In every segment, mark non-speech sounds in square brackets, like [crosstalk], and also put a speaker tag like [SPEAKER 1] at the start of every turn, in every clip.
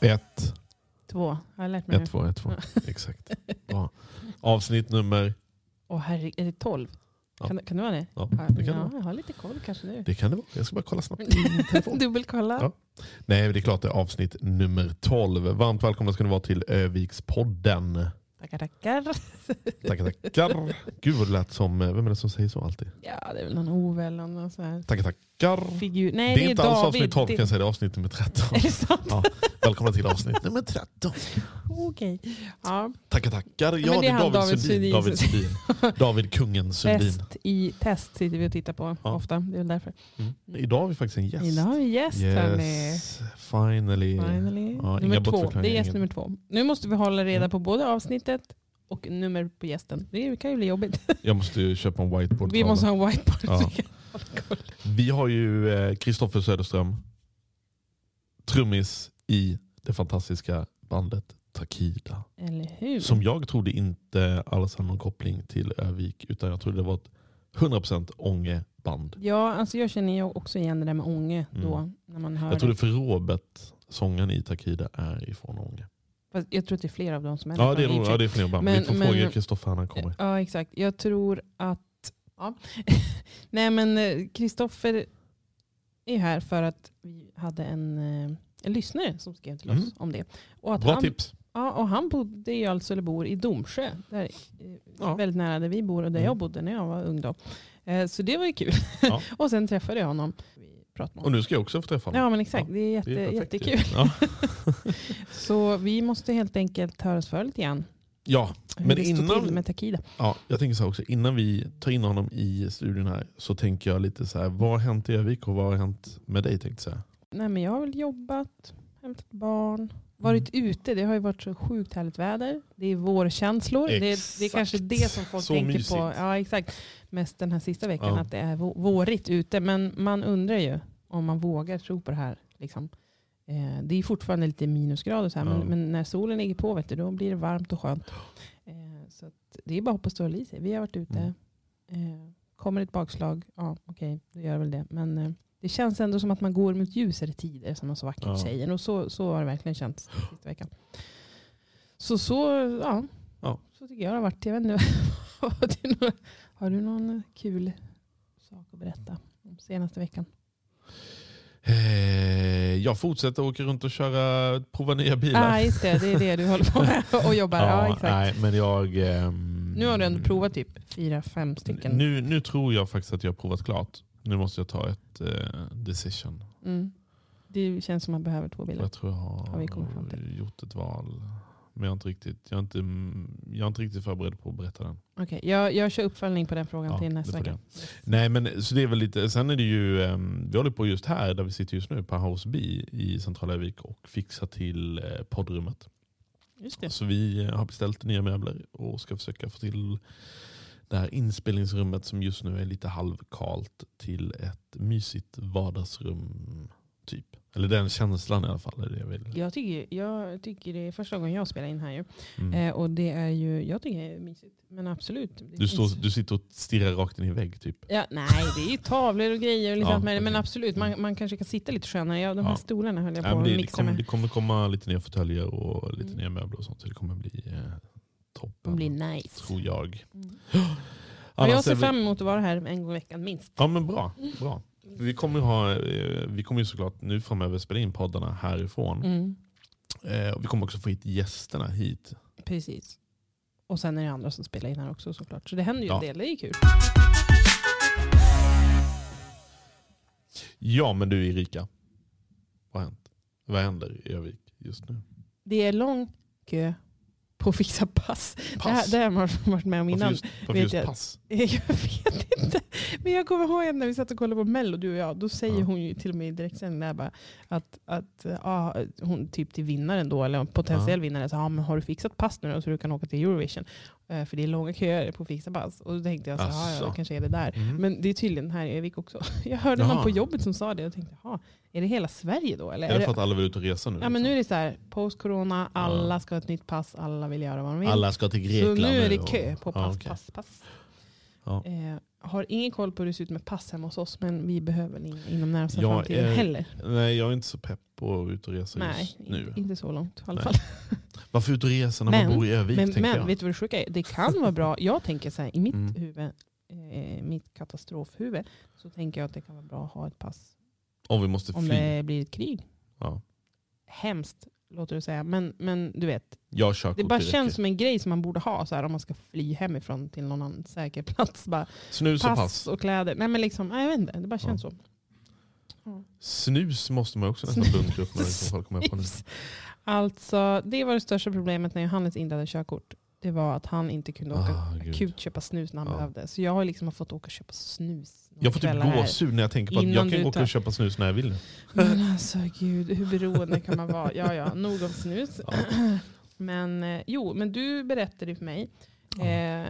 [SPEAKER 1] Ett,
[SPEAKER 2] Två, jag har lärt mig
[SPEAKER 1] ett,
[SPEAKER 2] nu.
[SPEAKER 1] två, ett, två. [laughs] Exakt. Bra. Avsnitt nummer...
[SPEAKER 2] Åh herregud, är det tolv?
[SPEAKER 1] Ja.
[SPEAKER 2] Kan, kan det vara det?
[SPEAKER 1] Ja,
[SPEAKER 2] Ja,
[SPEAKER 1] det kan det
[SPEAKER 2] ja, Mm.
[SPEAKER 1] vara.
[SPEAKER 2] jag har lite koll kanske nu.
[SPEAKER 1] Det kan det vara. Jag ska bara kolla snabbt i min [laughs] telefon.
[SPEAKER 2] [laughs] Dubbelkolla.
[SPEAKER 1] Ja. Nej, men det är klart det är avsnitt nummer 12. Varmt välkomna ska ni vara till Övikspodden.
[SPEAKER 2] Tackar, tackar.
[SPEAKER 1] Tackar, tackar. Gud vad det lät som, eh, vem är det som säger så alltid?
[SPEAKER 2] Ja, det är väl någon Ove eller någon sån här
[SPEAKER 1] Tackar, tackar.
[SPEAKER 2] figur.
[SPEAKER 1] Det
[SPEAKER 2] Nej,
[SPEAKER 1] är,
[SPEAKER 2] det är,
[SPEAKER 1] inte
[SPEAKER 2] David.
[SPEAKER 1] alls avsnitt 12 kan
[SPEAKER 2] Det-
[SPEAKER 1] jag säga, det är avsnitt nummer 13.
[SPEAKER 2] [laughs] Är det sant?
[SPEAKER 1] Ja, välkomna till avsnitt nummer 13.
[SPEAKER 2] Okej. Ja,
[SPEAKER 1] Tackar, tackar. Ja, det
[SPEAKER 2] men det
[SPEAKER 1] är
[SPEAKER 2] är
[SPEAKER 1] David,
[SPEAKER 2] han, David
[SPEAKER 1] Sundin.
[SPEAKER 2] Sundin.
[SPEAKER 1] David Sundin. David kungen Sundin.
[SPEAKER 2] test i test sitter vi och tittar på
[SPEAKER 1] Ja.
[SPEAKER 2] ofta. Det är väl därför.
[SPEAKER 1] Mm. Idag har vi faktiskt en gäst.
[SPEAKER 2] Idag har vi gäst hörni.
[SPEAKER 1] Yes, finally.
[SPEAKER 2] Finally.
[SPEAKER 1] Ja, inga
[SPEAKER 2] nummer två. Det är
[SPEAKER 1] bortförklaringar,
[SPEAKER 2] gäst
[SPEAKER 1] inget.
[SPEAKER 2] nummer två. Nu måste vi hålla
[SPEAKER 1] Mm.
[SPEAKER 2] reda på både avsnittet och nummer på gästen. Det kan ju bli jobbigt.
[SPEAKER 1] Jag måste ju köpa en whiteboard.
[SPEAKER 2] Vi måste ha en whiteboard.
[SPEAKER 1] Ja.
[SPEAKER 2] [laughs]
[SPEAKER 1] Vi har ju eh, Kristoffer Söderström, trummis i det fantastiska bandet Takida.
[SPEAKER 2] Eller hur?
[SPEAKER 1] Som jag trodde inte alls hade någon koppling till Övik utan jag trodde det var ett 100% Ånge-band.
[SPEAKER 2] Ja, alltså jag känner ju också igen det där med Ånge då.
[SPEAKER 1] Typ. Mm.
[SPEAKER 2] När man hör
[SPEAKER 1] Jag trodde för Robert, sången i Takida, är ifrån Ånge.
[SPEAKER 2] Fast jag tror att det är fler av dem som är
[SPEAKER 1] Ja
[SPEAKER 2] därifrån
[SPEAKER 1] det är,
[SPEAKER 2] i och
[SPEAKER 1] nog-
[SPEAKER 2] för
[SPEAKER 1] ja,
[SPEAKER 2] sig.
[SPEAKER 1] det är fler band.
[SPEAKER 2] Men-
[SPEAKER 1] Vi får
[SPEAKER 2] men-
[SPEAKER 1] fråga Kristoffer när han kommer.
[SPEAKER 2] Ja, exakt. Jag tror att... Ja. [laughs] Nej, men eh, Kristoffer är här för att vi hade en, eh, en lyssnare som skrev till oss
[SPEAKER 1] Mm.
[SPEAKER 2] om det. Och, att
[SPEAKER 1] Bra
[SPEAKER 2] han,
[SPEAKER 1] tips.
[SPEAKER 2] ja, och han bodde ju alltså, eller bor i Domsjö. Där, eh,
[SPEAKER 1] Ja.
[SPEAKER 2] Väldigt nära där vi bor och där
[SPEAKER 1] Mm.
[SPEAKER 2] jag bodde när jag var ung. Då. Eh, Så det var ju kul.
[SPEAKER 1] Ja.
[SPEAKER 2] [laughs] och sen träffade jag honom. Vi pratade
[SPEAKER 1] Och
[SPEAKER 2] om.
[SPEAKER 1] nu ska jag också få träffa honom.
[SPEAKER 2] Ja men exakt, det är, jätte,
[SPEAKER 1] Det är perfekt ju.
[SPEAKER 2] jättekul.
[SPEAKER 1] Ja.
[SPEAKER 2] Så vi måste helt enkelt höra oss för lite grann.
[SPEAKER 1] ja,
[SPEAKER 2] Hur
[SPEAKER 1] Men
[SPEAKER 2] det står
[SPEAKER 1] innan-
[SPEAKER 2] till med Takida.
[SPEAKER 1] Ja, jag tänker så här också, innan vi tar in honom i studion här så tänker jag lite så här, vad har hänt i Övik och vad har hänt med dig? Tänkte jag säga.
[SPEAKER 2] Nej, men jag har väl jobbat, hämtat barn, varit
[SPEAKER 1] Mm.
[SPEAKER 2] ute. Det har ju varit så sjukt härligt väder. Det är vårkänslor. Det, är- det är
[SPEAKER 1] Exakt.
[SPEAKER 2] kanske det som folk
[SPEAKER 1] Så
[SPEAKER 2] tänker
[SPEAKER 1] mysigt.
[SPEAKER 2] på ja, exakt. mest den här sista veckan,
[SPEAKER 1] Ja.
[SPEAKER 2] att det är vå- vårigt ute. Men man undrar ju om man vågar tro på det här. Liksom. Eh, det är fortfarande lite minusgrader, så här,
[SPEAKER 1] Ja.
[SPEAKER 2] men, men när solen ligger på vet du, då blir det varmt och skönt. Eh, så att det är bara att hoppas det håller i sig. Vi har varit ute.
[SPEAKER 1] Mm.
[SPEAKER 2] Eh, kommer ett bakslag, ja okej, då gör väl det. Men eh, det känns ändå som att man går mot ljusare tider, som man så vackert
[SPEAKER 1] Ja.
[SPEAKER 2] säger. Och så, så har det verkligen känts sista veckan. Så så, ja.
[SPEAKER 1] Ja.
[SPEAKER 2] Så tycker jag det har varit. Jag vet inte, [laughs] har, du någon, har du någon kul sak att berätta om senaste veckan?
[SPEAKER 1] Eh, Jag fortsätter åka runt och köra, prova nya
[SPEAKER 2] Ja,
[SPEAKER 1] bilar.
[SPEAKER 2] ah, just det. Det är det du håller på
[SPEAKER 1] [laughs]
[SPEAKER 2] med och jobbar. Ja, exakt.
[SPEAKER 1] nej, men jag, ehm,
[SPEAKER 2] Nu har du ändå provat typ fyra, fem stycken.
[SPEAKER 1] Nu, nu tror jag faktiskt att jag har provat klart. Nu måste jag ta ett eh, decision.
[SPEAKER 2] Mm. Det känns som att man behöver två bilar.
[SPEAKER 1] Jag tror jag
[SPEAKER 2] Har vi kommit fram
[SPEAKER 1] har gjort ett val. Men jag är inte riktigt, jag är inte, jag är inte riktigt förberedd på att berätta den.
[SPEAKER 2] Okej, jag, jag kör uppföljning på den frågan
[SPEAKER 1] Ja,
[SPEAKER 2] till
[SPEAKER 1] det
[SPEAKER 2] nästa
[SPEAKER 1] får
[SPEAKER 2] vecka.
[SPEAKER 1] Nej, men så det är väl lite, sen är det ju, ehm, vi håller på just här där vi sitter just nu på House B i centrala Övik och fixar till eh, poddrummet.
[SPEAKER 2] Just det.
[SPEAKER 1] Så vi eh, har beställt nya möbler och ska försöka få till det här inspelningsrummet som just nu är lite halvkalt till ett mysigt vardagsrum. typ. Eller den känslan i alla fall. Är det jag vill.
[SPEAKER 2] Jag tycker, jag tycker det är första gången jag spelar in här ju.
[SPEAKER 1] Mm.
[SPEAKER 2] Eh, och det är ju, jag tycker det är mysigt. Men absolut. det
[SPEAKER 1] Du,
[SPEAKER 2] finns-
[SPEAKER 1] står, du sitter och stirrar rakt in i vägg typ.
[SPEAKER 2] Ja, nej, det är ju tavlor och grejer. Och lite
[SPEAKER 1] Ja,
[SPEAKER 2] allt möjligt. Men
[SPEAKER 1] okej.
[SPEAKER 2] absolut, man, man kanske kan sitta lite skönare. Ja, de här
[SPEAKER 1] Ja.
[SPEAKER 2] stolarna höll jag
[SPEAKER 1] Nej,
[SPEAKER 2] på
[SPEAKER 1] men
[SPEAKER 2] att
[SPEAKER 1] det, det,
[SPEAKER 2] mixa
[SPEAKER 1] kommer, det
[SPEAKER 2] med.
[SPEAKER 1] kommer komma lite nya fåtöljer och lite
[SPEAKER 2] Mm.
[SPEAKER 1] nya möbler och sånt. Så det kommer bli eh,
[SPEAKER 2] Det
[SPEAKER 1] toppen.
[SPEAKER 2] blir nice.
[SPEAKER 1] Tror jag. [gasps]
[SPEAKER 2] Mm. Men
[SPEAKER 1] Annars
[SPEAKER 2] jag ser
[SPEAKER 1] är vi-
[SPEAKER 2] fram emot att vara här en gång i veckan minst.
[SPEAKER 1] Ja men bra. bra. Vi kommer ju ha, eh, vi kommer ju såklart nu framöver spela in poddarna härifrån.
[SPEAKER 2] Mm,
[SPEAKER 1] Eh, och vi kommer också få hit gästerna hit.
[SPEAKER 2] precis. Och sen är det andra som spelar in här också såklart. Så det händer ju
[SPEAKER 1] Ja.
[SPEAKER 2] en del, det är ju kul.
[SPEAKER 1] Ja men du Erika, vad har hänt? Vad händer i Övik just nu?
[SPEAKER 2] Det är lång kö på att fixa pass. Det här,
[SPEAKER 1] Pass?
[SPEAKER 2] det här har man varit med om
[SPEAKER 1] varför
[SPEAKER 2] innan.
[SPEAKER 1] just, varför
[SPEAKER 2] vet
[SPEAKER 1] just
[SPEAKER 2] jag.
[SPEAKER 1] pass?
[SPEAKER 2] [laughs] Jag vet inte. Men jag kommer ihåg när vi satt och kollade på Mello, du och jag. Då säger
[SPEAKER 1] Ja.
[SPEAKER 2] hon ju till och med i direktsändning där bara att, att ja, hon typ till vinnaren då, eller en potentiell vinnare, sa ah, men har du fixat pass nu då så du kan åka till Eurovision? Eh, för det är långa köer på att fixa pass. Och då tänkte jag så här, ja,
[SPEAKER 1] Asså.
[SPEAKER 2] ja, kanske är det där.
[SPEAKER 1] Mm.
[SPEAKER 2] Men det är tydligen här i Övik också. [laughs] Jag hörde någon
[SPEAKER 1] Jaha.
[SPEAKER 2] på jobbet som sa det och tänkte, jaha, är det hela Sverige då? Eller?
[SPEAKER 1] är
[SPEAKER 2] Är
[SPEAKER 1] det för
[SPEAKER 2] det,
[SPEAKER 1] att alla vill ut och resa nu?
[SPEAKER 2] ja, men nu
[SPEAKER 1] liksom?
[SPEAKER 2] är det så här, post-corona,
[SPEAKER 1] Ja.
[SPEAKER 2] alla ska ha ett nytt pass, alla vill göra vad de vill.
[SPEAKER 1] Alla ska till
[SPEAKER 2] Så
[SPEAKER 1] Grekland
[SPEAKER 2] nu är det
[SPEAKER 1] och-
[SPEAKER 2] kö på pass,
[SPEAKER 1] Ja, okej.
[SPEAKER 2] pass, pass.
[SPEAKER 1] Ja.
[SPEAKER 2] Eh, har ingen koll på hur det ser ut med pass hemma hos oss, men vi behöver in, inom närmsta
[SPEAKER 1] Jag
[SPEAKER 2] framtiden
[SPEAKER 1] är-
[SPEAKER 2] heller.
[SPEAKER 1] Nej jag är inte så pepp på att ut och resa
[SPEAKER 2] Nej,
[SPEAKER 1] just nu.
[SPEAKER 2] inte, inte så långt i alla
[SPEAKER 1] Nej,
[SPEAKER 2] fall.
[SPEAKER 1] Varför ut och resa när
[SPEAKER 2] Men-
[SPEAKER 1] man bor i Övik
[SPEAKER 2] men
[SPEAKER 1] tänker
[SPEAKER 2] men
[SPEAKER 1] jag.
[SPEAKER 2] vet du vad det sjuka är? Det kan vara bra, jag tänker så här, i mitt
[SPEAKER 1] Mm.
[SPEAKER 2] huvud, eh, mitt katastrofhuvud, så tänker jag att det kan vara bra att ha ett pass
[SPEAKER 1] Om vi måste
[SPEAKER 2] om
[SPEAKER 1] fly.
[SPEAKER 2] det blir ett krig.
[SPEAKER 1] Ja.
[SPEAKER 2] Hemskt låter det säga, men, men du vet,
[SPEAKER 1] Jag kör
[SPEAKER 2] det
[SPEAKER 1] kort
[SPEAKER 2] bara
[SPEAKER 1] räcker.
[SPEAKER 2] känns som en grej som man borde ha så här, om man ska fly hemifrån till någon annan säker [laughs] plats. Bara,
[SPEAKER 1] Snus och
[SPEAKER 2] pass,
[SPEAKER 1] pass.
[SPEAKER 2] och kläder. Nej men liksom, nej, jag vet inte, det bara känns så.
[SPEAKER 1] Snus måste man också nästan
[SPEAKER 2] Snus.
[SPEAKER 1] bunkra upp med i
[SPEAKER 2] [laughs]
[SPEAKER 1] så fall kommer jag på nu.
[SPEAKER 2] Alltså det var det största problemet när Johannes inte hade körkort. Det var att han inte kunde åka
[SPEAKER 1] Ah, gud.
[SPEAKER 2] akut köpa snus när han
[SPEAKER 1] Ja.
[SPEAKER 2] behövde. Så jag har liksom fått åka och köpa snus. några
[SPEAKER 1] Jag får typ
[SPEAKER 2] kvällar här.
[SPEAKER 1] gåshud när jag tänker på att
[SPEAKER 2] Innan
[SPEAKER 1] jag
[SPEAKER 2] du
[SPEAKER 1] kan gå
[SPEAKER 2] tar-
[SPEAKER 1] och köpa snus när jag vill. nu.
[SPEAKER 2] [laughs] Men alltså gud, hur beroende kan man vara? Ja, ja, nog om snus.
[SPEAKER 1] Ja.
[SPEAKER 2] [laughs] Men eh, jo, men du berättade ju för mig,
[SPEAKER 1] Ja.
[SPEAKER 2] eh,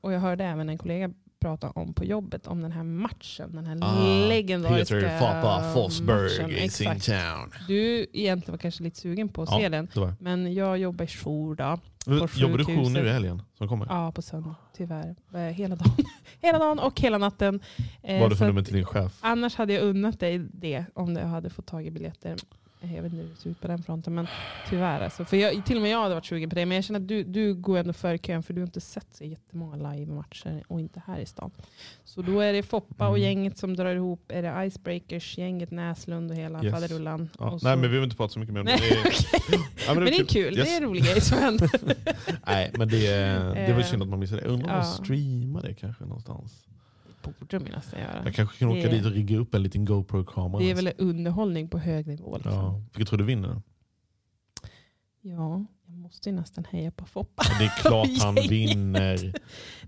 [SPEAKER 2] och jag hörde även en kollega prata om på jobbet, om den här matchen, den här
[SPEAKER 1] Ah,
[SPEAKER 2] legendariska
[SPEAKER 1] Peter Foppa
[SPEAKER 2] matchen.
[SPEAKER 1] Forsberg is in
[SPEAKER 2] Exakt.
[SPEAKER 1] town.
[SPEAKER 2] Du egentligen var kanske lite sugen på att se den,
[SPEAKER 1] det var.
[SPEAKER 2] men jag jobbar i jour då.
[SPEAKER 1] jag. Jobbar du jour nu i
[SPEAKER 2] 7000?
[SPEAKER 1] helgen som kommer?
[SPEAKER 2] Ja, på söndag tyvärr. Eh, Hela dagen, [laughs] hela dagen och hela natten. Eh,
[SPEAKER 1] Vad har du
[SPEAKER 2] så
[SPEAKER 1] för
[SPEAKER 2] att-
[SPEAKER 1] nummer till din chef?
[SPEAKER 2] Annars hade jag unnat dig det om du hade fått tag i biljetter. Eh, Jag vet inte hur det ser ut på den fronten, men tyvärr. Alltså. För jag, till och med jag hade varit sugen på det, men jag känner att du, du går ändå före kön, för du har inte sett så jättemånga live-matcher och inte här i stan. Så då är det Foppa och
[SPEAKER 1] Mm.
[SPEAKER 2] gänget som drar ihop, är det Icebreakers, gänget Näslund och hela
[SPEAKER 1] Yes.
[SPEAKER 2] faderullan.
[SPEAKER 1] Ja.
[SPEAKER 2] Och
[SPEAKER 1] Nej
[SPEAKER 2] så-
[SPEAKER 1] men vi behöver inte prata så mycket mer om det.
[SPEAKER 2] [laughs] Nej,
[SPEAKER 1] Det är-
[SPEAKER 2] okej.
[SPEAKER 1] Ja,
[SPEAKER 2] Men det är kul, det är en rolig grej som händer.
[SPEAKER 1] [laughs] Nej men det, är-
[SPEAKER 2] [laughs]
[SPEAKER 1] det var
[SPEAKER 2] Eh,
[SPEAKER 1] synd att man missade det. Jag undrar om de
[SPEAKER 2] ja.
[SPEAKER 1] streamar det kanske någonstans.
[SPEAKER 2] Borde de ju nästan göra.
[SPEAKER 1] Jag kanske kan åka
[SPEAKER 2] Det-
[SPEAKER 1] dit och rigga upp en liten GoPro-kamera.
[SPEAKER 2] Det är
[SPEAKER 1] alltså.
[SPEAKER 2] väl underhållning på hög nivå. Liksom. Ja.
[SPEAKER 1] ja. Vilka tror du vinner? då?
[SPEAKER 2] jag måste ju nästan heja på Foppa. [laughs]
[SPEAKER 1] Det är klart han
[SPEAKER 2] Gänget.
[SPEAKER 1] vinner.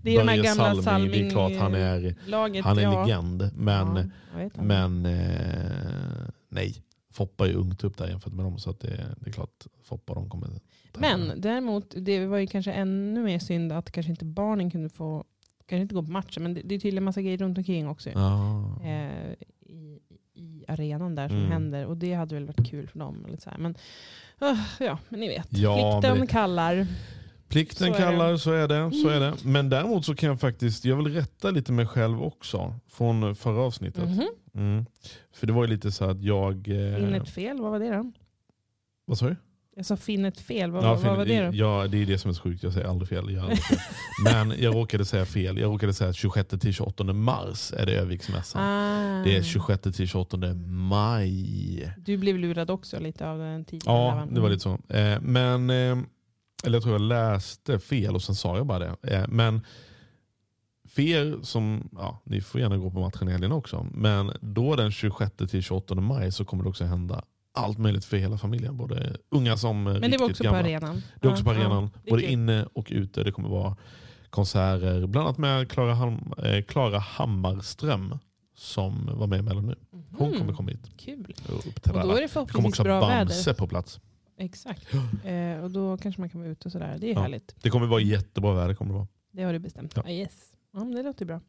[SPEAKER 2] Det är de här
[SPEAKER 1] Börje
[SPEAKER 2] gamla
[SPEAKER 1] Salming,
[SPEAKER 2] Salming...
[SPEAKER 1] Det är klart han är,
[SPEAKER 2] Laget,
[SPEAKER 1] han är en
[SPEAKER 2] ja.
[SPEAKER 1] legend. Men,
[SPEAKER 2] Ja, jag vet inte.
[SPEAKER 1] men eh, nej, Foppa är ungt upp där jämfört med dem. Så att det, det är klart Foppa de kommer ta över.
[SPEAKER 2] men däremot, det var ju kanske ännu mer synd att kanske inte barnen kunde få, kanske inte gå på matchen, men det, det är tydligen massa grejer runt omkring också. ju.
[SPEAKER 1] Ja.
[SPEAKER 2] Eh, i, I arenan där som
[SPEAKER 1] Mm.
[SPEAKER 2] händer. Och det hade väl varit kul för dem. Eller så här. Men, ah, ja, men ni vet.
[SPEAKER 1] Ja,
[SPEAKER 2] Plikten
[SPEAKER 1] men det-
[SPEAKER 2] kallar.
[SPEAKER 1] Plikten
[SPEAKER 2] Så är det. Mm.
[SPEAKER 1] kallar, så är, det, så är det. Men däremot så kan jag faktiskt, jag vill rätta lite mig själv också. Från förra avsnittet.
[SPEAKER 2] Mhm.
[SPEAKER 1] Mm. För det var ju lite så att jag...
[SPEAKER 2] Finn
[SPEAKER 1] Eh,
[SPEAKER 2] ett fel, vad var det då?
[SPEAKER 1] vad sa du?
[SPEAKER 2] Jag sa finn ett fel, vad,
[SPEAKER 1] Ja,
[SPEAKER 2] vad,
[SPEAKER 1] fel.
[SPEAKER 2] var det då?
[SPEAKER 1] Ja, det är det som är så sjukt. Jag säger aldrig fel. Jag gör aldrig fel. Men jag råkade säga fel. Jag råkade säga 26 till 28 mars är det Öviksmässan.
[SPEAKER 2] Ah,
[SPEAKER 1] Det är 26 till 28 maj.
[SPEAKER 2] Du blev lurad också lite av den tidigare.
[SPEAKER 1] Ja,
[SPEAKER 2] va?
[SPEAKER 1] det var lite så. Eh, Men, eh, eller jag tror jag läste fel och sen sa jag bara det. Eh, Men för er som, ja, ni får gärna gå på matchen i helgen också. Men då den 26 till 28 maj så kommer det också hända allt möjligt för hela familjen. Både unga som Men
[SPEAKER 2] Men
[SPEAKER 1] riktigt
[SPEAKER 2] det var också
[SPEAKER 1] gamla.
[SPEAKER 2] på arenan.
[SPEAKER 1] Det är också på
[SPEAKER 2] Ja, ja.
[SPEAKER 1] arenan,
[SPEAKER 2] det är
[SPEAKER 1] både
[SPEAKER 2] kul.
[SPEAKER 1] inne och ute. Det kommer vara konserter, bland annat med Klara, Ham- eh, Klara Hammarström som var med i Mellan nu. Hon
[SPEAKER 2] Mhm.
[SPEAKER 1] kommer komma hit
[SPEAKER 2] Kul.
[SPEAKER 1] och
[SPEAKER 2] Och då
[SPEAKER 1] uppträda.
[SPEAKER 2] är det
[SPEAKER 1] Det kommer
[SPEAKER 2] förhoppningsvis
[SPEAKER 1] också
[SPEAKER 2] bra
[SPEAKER 1] Bamse
[SPEAKER 2] väder.
[SPEAKER 1] på plats.
[SPEAKER 2] Exakt. Eh, och då kanske man kan vara ute och sådär. Det är
[SPEAKER 1] Ja.
[SPEAKER 2] härligt.
[SPEAKER 1] Det kommer vara jättebra väder. Kommer det vara.
[SPEAKER 2] Det har du bestämt.
[SPEAKER 1] Ja.
[SPEAKER 2] Ja. yes. ja, men det låter bra.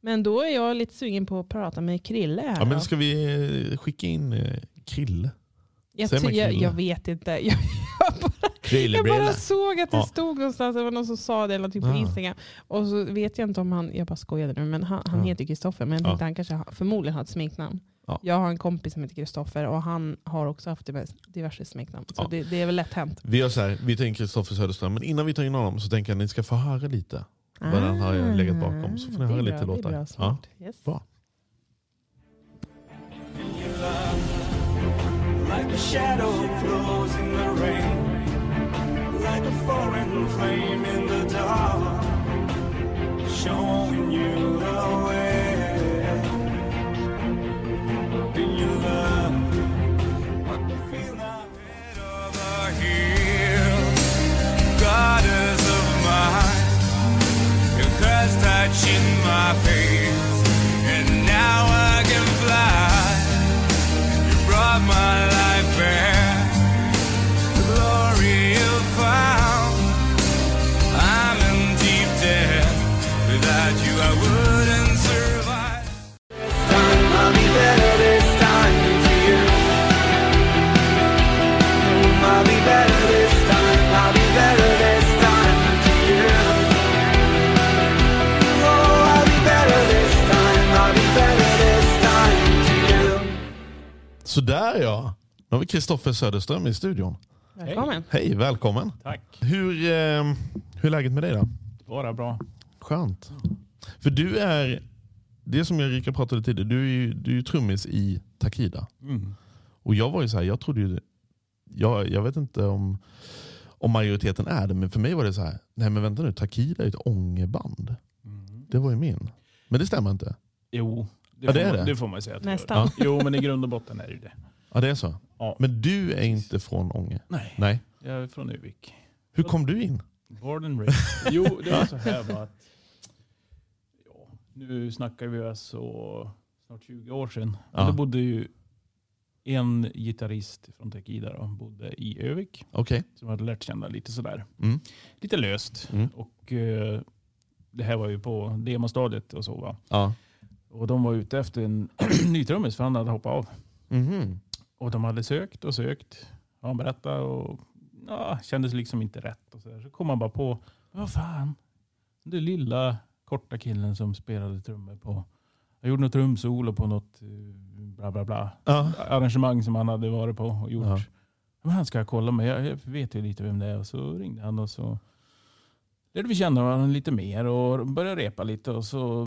[SPEAKER 2] Men då är jag lite sugen på att prata med Krille här.
[SPEAKER 1] Ja, men
[SPEAKER 2] då.
[SPEAKER 1] ska vi eh, skicka in eh, Krille?
[SPEAKER 2] jag,
[SPEAKER 1] säger man
[SPEAKER 2] ty- jag,
[SPEAKER 1] Krille?
[SPEAKER 2] jag vet inte. [laughs] Jag, jag bara Jag bara såg att det
[SPEAKER 1] Ja.
[SPEAKER 2] stod någonstans, det var någon som sa det eller någonting på
[SPEAKER 1] Ah.
[SPEAKER 2] Instagram. Och så vet jag inte om han, jag bara skojade nu, men han, han
[SPEAKER 1] Ja.
[SPEAKER 2] heter Kristoffer, men jag
[SPEAKER 1] Ja.
[SPEAKER 2] tänkte han kanske har- förmodligen har ett smeknamn.
[SPEAKER 1] Ja.
[SPEAKER 2] Jag har en kompis som heter Kristoffer och han har också haft divers- diverse smeknamn. Så
[SPEAKER 1] Ja.
[SPEAKER 2] det, det är väl lätt hänt.
[SPEAKER 1] Vi gör så här, vi tar in Kristoffer Söderström, men innan vi tar in honom så tänker jag att ni ska få höra lite. Vad den har jag legat bakom, så får ni
[SPEAKER 2] Ah,
[SPEAKER 1] höra
[SPEAKER 2] det är
[SPEAKER 1] lite
[SPEAKER 2] bra,
[SPEAKER 1] låtar.
[SPEAKER 2] Det
[SPEAKER 1] Ja.
[SPEAKER 2] är bra, smart. Yes.
[SPEAKER 1] Bra.
[SPEAKER 3] Like a shadow flows in the rain, like a foreign flame in the dark, showing you the way. In your love, what the feel I'm head over heels, goddess of mine, your curse touching my face, and now I can fly brought my life back. The glory you found. I'm in deep debt. Without you, I wouldn't survive. This time, I'll be better this time for you. I'll be better this time. I'll be better this time to you. Oh, I'll be better this time. I'll be better this time to you.
[SPEAKER 1] Sådär ja! Nu har vi Kristoffer Söderström i studion.
[SPEAKER 2] Välkommen.
[SPEAKER 1] Hej, välkommen!
[SPEAKER 4] Tack.
[SPEAKER 1] Hur, eh, hur är läget med dig då?
[SPEAKER 4] Bara bra.
[SPEAKER 1] Skönt. För du är, det som jag och Rika pratade tidigare, du är ju, du är ju trummis i Takida.
[SPEAKER 4] Mm.
[SPEAKER 1] Och jag var ju så här, jag trodde ju, jag, jag vet inte om, om majoriteten är det, men för mig var det så här, nej men vänta nu, Takida är ju ett ångerband. Det var ju min. Men det stämmer inte.
[SPEAKER 4] Jo, Mm. det,
[SPEAKER 1] Ja,
[SPEAKER 4] får
[SPEAKER 1] det är
[SPEAKER 4] man,
[SPEAKER 1] det.
[SPEAKER 4] det får man säga. att det
[SPEAKER 2] Nästan.
[SPEAKER 4] gör. Jo, men i grund och botten är det ju det.
[SPEAKER 1] Ja det är så.
[SPEAKER 4] Ja.
[SPEAKER 1] Men du är inte från Ånge?
[SPEAKER 4] Nej,
[SPEAKER 1] Nej.
[SPEAKER 4] jag är från Uvik.
[SPEAKER 1] Hur kom du in?
[SPEAKER 4] Born and
[SPEAKER 1] [laughs]
[SPEAKER 4] raised. Jo, det var så här bara att... Ja, nu snackar vi alltså snart 20 år sedan.
[SPEAKER 1] Ja.
[SPEAKER 4] Ja. Då bodde ju en gitarrist från Tekida då, bodde i Övik.
[SPEAKER 1] Okej.
[SPEAKER 4] Som jag hade lärt känna lite sådär.
[SPEAKER 1] Mm.
[SPEAKER 4] Lite löst.
[SPEAKER 1] Mm.
[SPEAKER 4] Och eh, det här var ju på demostadiet och så va.
[SPEAKER 1] Ja.
[SPEAKER 4] Och de var ute efter en [clears throat] ny trummis för han hade hoppat av.
[SPEAKER 1] Mhm.
[SPEAKER 4] Och de hade sökt och sökt. Och han berättade och ja, kändes liksom inte rätt. Och så, där. så kom han bara på, "Men vad fan, den där lilla korta killen som spelade trummor på. Jag gjorde något trumsolo på något eh, bla bla bla
[SPEAKER 1] Ja.
[SPEAKER 4] arrangemang som han hade varit på och gjort.
[SPEAKER 1] Ja.
[SPEAKER 4] Men han ska jag kolla med, jag, jag vet ju lite vem det är. Och så ringde han och så lärde vi känna varandra lite mer och började repa lite och så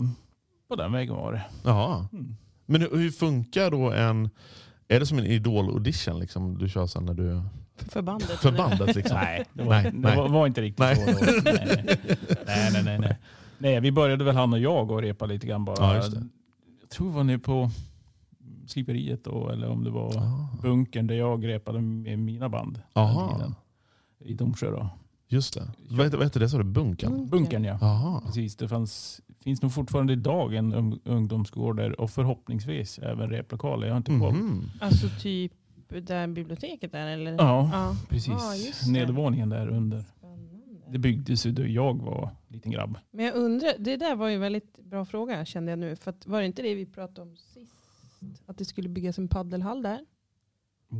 [SPEAKER 4] på den vägen var det.
[SPEAKER 1] Jaha.
[SPEAKER 4] Mm.
[SPEAKER 1] Men hur, hur funkar då en... Är det som en idol-audition liksom, du kör sen när du...
[SPEAKER 2] För bandet.
[SPEAKER 1] För
[SPEAKER 4] [laughs]
[SPEAKER 1] bandet liksom?
[SPEAKER 4] Nej, det var,
[SPEAKER 1] Nej,
[SPEAKER 4] det
[SPEAKER 1] nej.
[SPEAKER 4] var, var inte riktigt
[SPEAKER 1] Nej.
[SPEAKER 4] så. Då. Nej, nej, nej, nej, nej. nej. Vi började väl han och jag och repa lite grann bara.
[SPEAKER 1] Ja, just det.
[SPEAKER 4] Jag tror det var ni på sliperiet då, eller om det var
[SPEAKER 1] Ah.
[SPEAKER 4] bunkern där jag repade med mina band. den
[SPEAKER 1] Aha.
[SPEAKER 4] tiden. I Domsjö då.
[SPEAKER 1] Just det. Vad heter, vad heter det? Så det bunkern?
[SPEAKER 4] Bunkern ja.
[SPEAKER 1] Jaha.
[SPEAKER 4] Precis, det fanns, finns nog fortfarande idag en ung- ungdomsgård där och förhoppningsvis även replokaler. Jag har inte koll.
[SPEAKER 1] Mhm.
[SPEAKER 2] Alltså typ där biblioteket är eller?
[SPEAKER 4] Ja,
[SPEAKER 2] Ja.
[SPEAKER 4] precis.
[SPEAKER 2] Ja, just det.
[SPEAKER 4] Nedervåningen där under. Det byggdes ju då jag var liten grabb.
[SPEAKER 2] Men jag undrar, det där var ju en väldigt bra fråga kände jag nu. För att, var det inte det vi pratade om sist? Att det skulle byggas en paddelhall där?